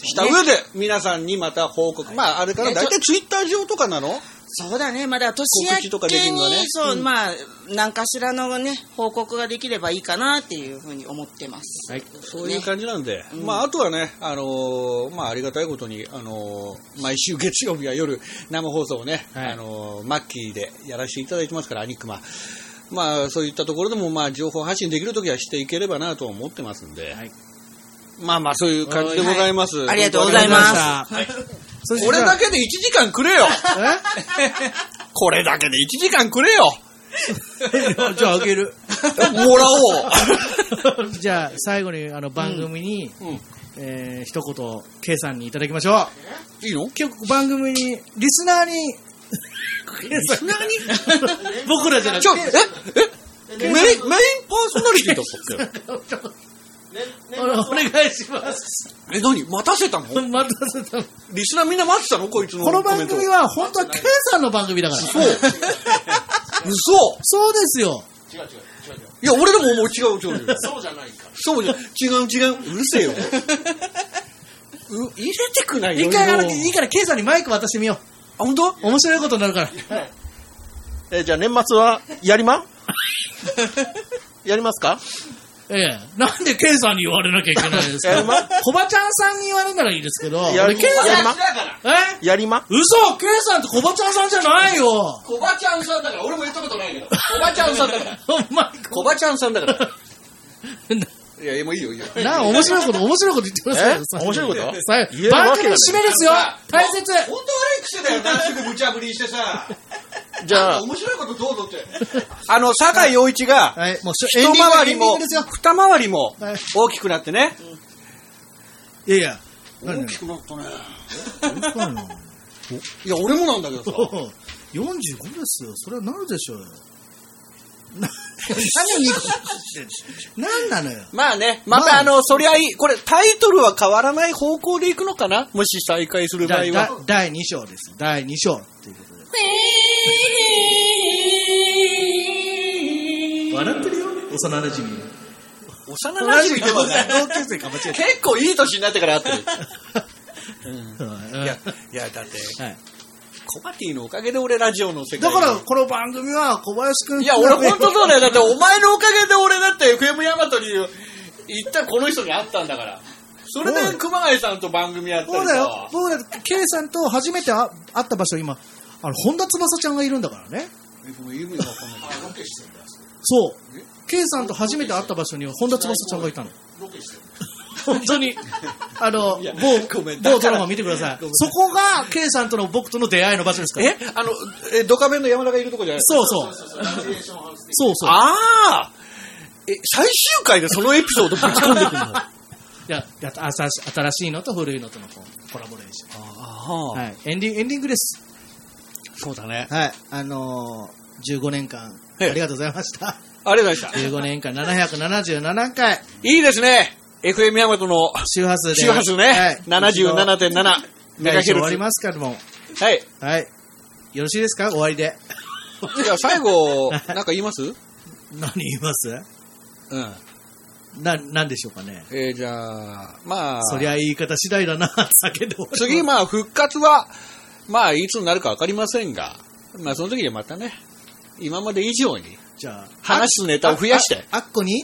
S5: した上で皆さんにまた報告、まああれから大体ツイッター上とかなの
S2: そうだね、まだ年明
S5: 告知とかでき
S2: け
S5: るのはね
S2: に、そう、まあ、何かしらのね、報告ができればいいかなっていうふうに思ってます。
S5: はい、そういう感じなんで、まあ、あとはね、あのーまあ、ありがたいことに、あのー毎週月曜日は夜、生放送をね、
S3: はい
S5: あのーマッキーでやらせていただいてますから、アニクマ。まあ、そういったところでも、まあ、情報発信できるときはしていければなと思ってますんで、
S1: はい
S5: まあまあ、そういう感じでございます。
S2: ありがとうございます
S1: そして
S5: 俺だけで1時間くれよ これだけで1時間くれよ
S1: え じゃああげる。
S5: もらおう
S1: じゃあ最後にあの番組に、
S5: うんうん
S1: えー一言 K さんにいただきましょう。
S5: いいの
S1: 結構番組にリスナーに K さん 僕らじゃなく
S5: ちょ、
S1: て
S5: ええメイン、メインパーソナリティだったっけ
S1: おお願いします。
S5: え、何待たせたの
S1: 待たせた
S5: リスナーみんな待ってたのこいつの
S1: この
S5: コメ
S1: 番
S5: ント。
S1: 組は本当は K さんの番組だから。
S5: そう。 嘘
S1: そうですよ。
S5: いや、俺でももう違う違う違う。そうじゃないか。そうじゃ、違う違う。うるせえよ。う入れてくないよ。
S1: 一回あの
S5: 俺も
S1: いいから K さんにマイク渡してみよ
S5: あ、本当？
S1: う。面白いことになるから。
S6: えーじゃあ年末はやりまやりますか
S1: ええ。なんで K さんに言われなきゃいけないんですか
S6: えま
S1: コバちゃんさんに言われるならいいですけど、
S6: や
S1: 俺
S6: り
S1: K さん、
S6: ま
S1: え
S6: やりま
S1: 嘘 !K さんってコバちゃんさんじゃないよ
S5: コバちゃんさんだから、俺も言ったことないけ ど。コバちゃんさんだから。
S1: お前、
S5: コバちゃんさんだから。いや、もういいよ、いいよ。
S1: なあ、面白いこと、面白いこと言ってくださいよ
S6: え
S1: さあ
S6: 面白いこと
S1: さあ
S6: 言える
S1: 番
S6: わけが
S1: 組の
S6: ない
S1: 締めですよ大切
S5: 本当悪い癖だよ な、すぐ無茶ぶりしてさ。
S6: じゃあ、
S5: 面白いことどうぞって。あの、坂井陽一が、
S1: はい、もうしょ、エン
S5: 一
S1: ディン
S5: 回
S1: グ、エ
S5: り
S1: ンディン
S5: も
S1: グですよ、
S5: 二回りも
S1: はい
S5: 大きくなってね。
S1: いやいや、何
S5: 大
S1: 何
S5: きくなったね。
S1: そうなの
S5: いや、俺もなんだけど さ。
S1: 45ですよ。それはなるでしょうよ。な何をニコニコしてる 何なのよ。
S5: まあね、またあの、そりゃいい、これタイトルは変わらない方向でいくのかなもし再開する場合
S1: だだ
S5: は。
S1: 第2章です。第2章っていう ことで。笑ってるよ、幼馴染み。
S5: 幼馴染ではない。
S1: 同級生かもしれない。
S5: 結構いい年になってから会 ってる。
S1: い
S5: いや
S1: や、
S5: いや、だって、
S1: はい
S5: コバティのおかげで俺ラジオの世界
S1: だ
S5: に
S1: から、この番組は小林くん
S5: いや、俺本当そうだよ。だって、お前のおかげで俺だって FM ヤマトに行ったこの人に会ったんだから。それ
S1: そう
S5: で熊谷さんと番組やった
S1: そ
S5: り
S1: うだ
S5: さ
S1: よ。。僕だって、K さんと初めてあ会った場所、今、あの、本田翼ちゃんがいるんだからね。そう。K さんと初めて会った場所には本田翼ちゃんがいたの。本当に、あの、
S5: いや
S1: 某、
S5: ごめんだから
S1: 某ドラマ見てください
S5: ごめん。
S1: そこが K さんとの僕との出会いの場所ですから。
S5: えあの、え、ドカベンの山田がいるとこじゃない
S1: そうそう。そうそう。
S5: ああえ、最終回でそのエピソードぶち込んでくるのあ
S1: いや、いやあさ新しいのと古いのとのこうコラボレーショ
S5: あ
S1: ン。はい。エンディング、エンディングです。
S5: そうだね。
S1: はい。あのー、15年間、あ
S5: ええ
S1: りがとうございました。
S5: ありがとうございました。
S1: 15年間777回、
S5: いいですね。FM ヤマトの
S1: 周波数で。
S5: 周波数
S1: は
S5: ね
S1: い。
S5: 77.7。メガ
S1: 来
S5: ヘ
S1: 週終
S5: ルツ。
S1: わ
S5: は
S1: りますけども。
S5: い。
S1: はい。よろしいですか終わりで。
S5: じゃあ最後、なんか言いますうん。
S1: 何言いますな、なんでしょうかね。
S5: えーじゃあ、まあ。
S1: そりゃ言い方次第だな、酒で終わり
S5: 次、まあ、復活は、まあ、いつになるか分かりませんが、まあ、その時にはまたね、今まで以上に
S1: じゃあ、
S5: 話すネタを増やして。
S1: あっこに 違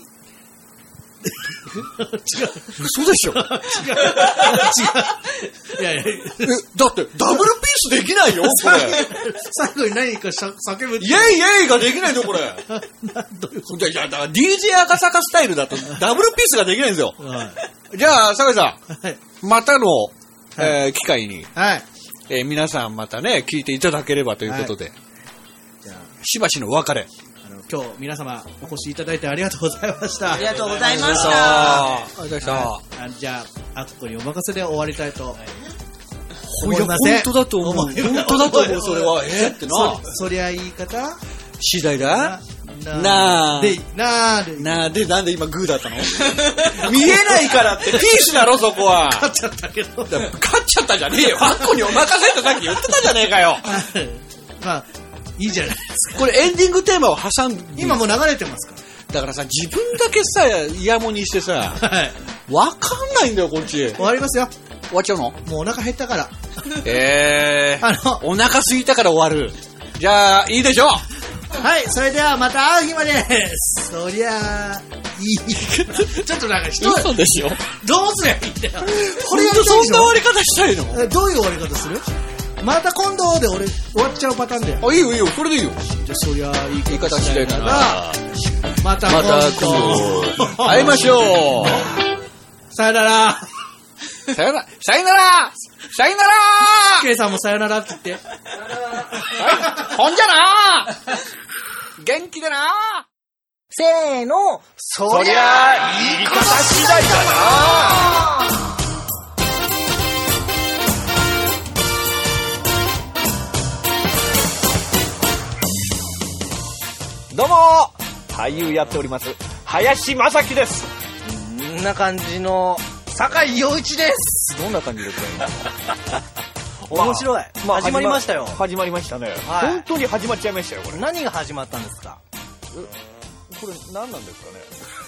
S1: う。
S5: 嘘でしょだ
S1: 違う。違う。いやいや、
S5: って、ダブルピースできない よ、これ。
S1: 最後に何かしゃ叫ぶって
S5: イェイイェイができないよ、これ。い
S1: なんどういうこ
S5: や、いやだから DJ 赤坂スタイルだと、ダブルピースができないんですよ。
S1: とはい。
S5: じゃあ、坂井さ
S1: はい。
S5: ん、またの、えー機会に、
S1: はい。
S5: えー皆さんまたね、聞いていただければということで、
S1: じゃあ、
S5: しばしのお別れ。
S1: あの、今日皆様お越しいただいてありがとうございました。
S2: ありがとうござい
S5: あ
S2: ました。
S5: りがとうございました。
S1: あじゃあ、あっこにお任せで終わりたいと。
S5: い
S1: 思
S5: や、
S1: い
S5: 本
S1: ません
S5: 当だと思う。本当だと思う、それは。えーってな
S1: そ。そりゃ言い方
S5: 次第だ
S1: な
S5: なあ
S1: で、なあで、な
S5: なあ、で、なんで今グーだったの見えないから って、ピースだろ、そこは。
S1: っちゃったけど。
S5: 勝っちゃったじゃねえよ。あっこにお任せってさっき言ってたじゃねえかよ。
S1: まあ、いいじゃないですか。
S5: これエンディングテーマを挟んで。
S1: 今もう流れてますか
S5: だからさ、自分だけさ、イヤモニしてさ、
S1: ら。はい。
S5: わかんないんだよ、こっち。終
S1: 終わりますよ。
S5: わっちゃうの
S1: もうお腹減ったから。
S5: えー、
S1: あの
S5: お腹すいたから終わる。じゃあ、いいでしょう
S1: はい、それではまた会う日までそりゃあ、いい 方。ちょっとなんか人、どう
S5: 嘘でしょ
S1: すりゃいいんだよ。こ
S5: こ
S1: れ
S5: れ
S1: やりたい
S5: そ
S1: で
S5: ん
S1: し
S5: な終わ
S1: ょ
S5: り方したいの
S1: えどういう終わり方するまた今度で俺終わっちゃうパターンだよ。
S5: あ、いいよいいよ、それでいいよ。
S1: じゃあそりゃあいい
S5: 言い方し
S1: だ
S5: て
S1: か
S5: からら。、
S1: また
S5: ま
S1: 今
S5: た今
S1: 度。
S5: 度、会いましょ
S1: う。さよなら。
S5: う。さよなら、さよならさよなら
S1: ケイさんもさよならって言って。
S5: ほんじゃな元気でな
S2: せーの、
S5: そりゃ、言い方次第だな
S7: どうも俳優やっております林正樹ですこんな感じの酒井陽一ですどんな感じですか面白い、始まりましたよ始まりましたね、本当に始まっちゃいましたよこれ何が始まったんですかこれ何なんですかね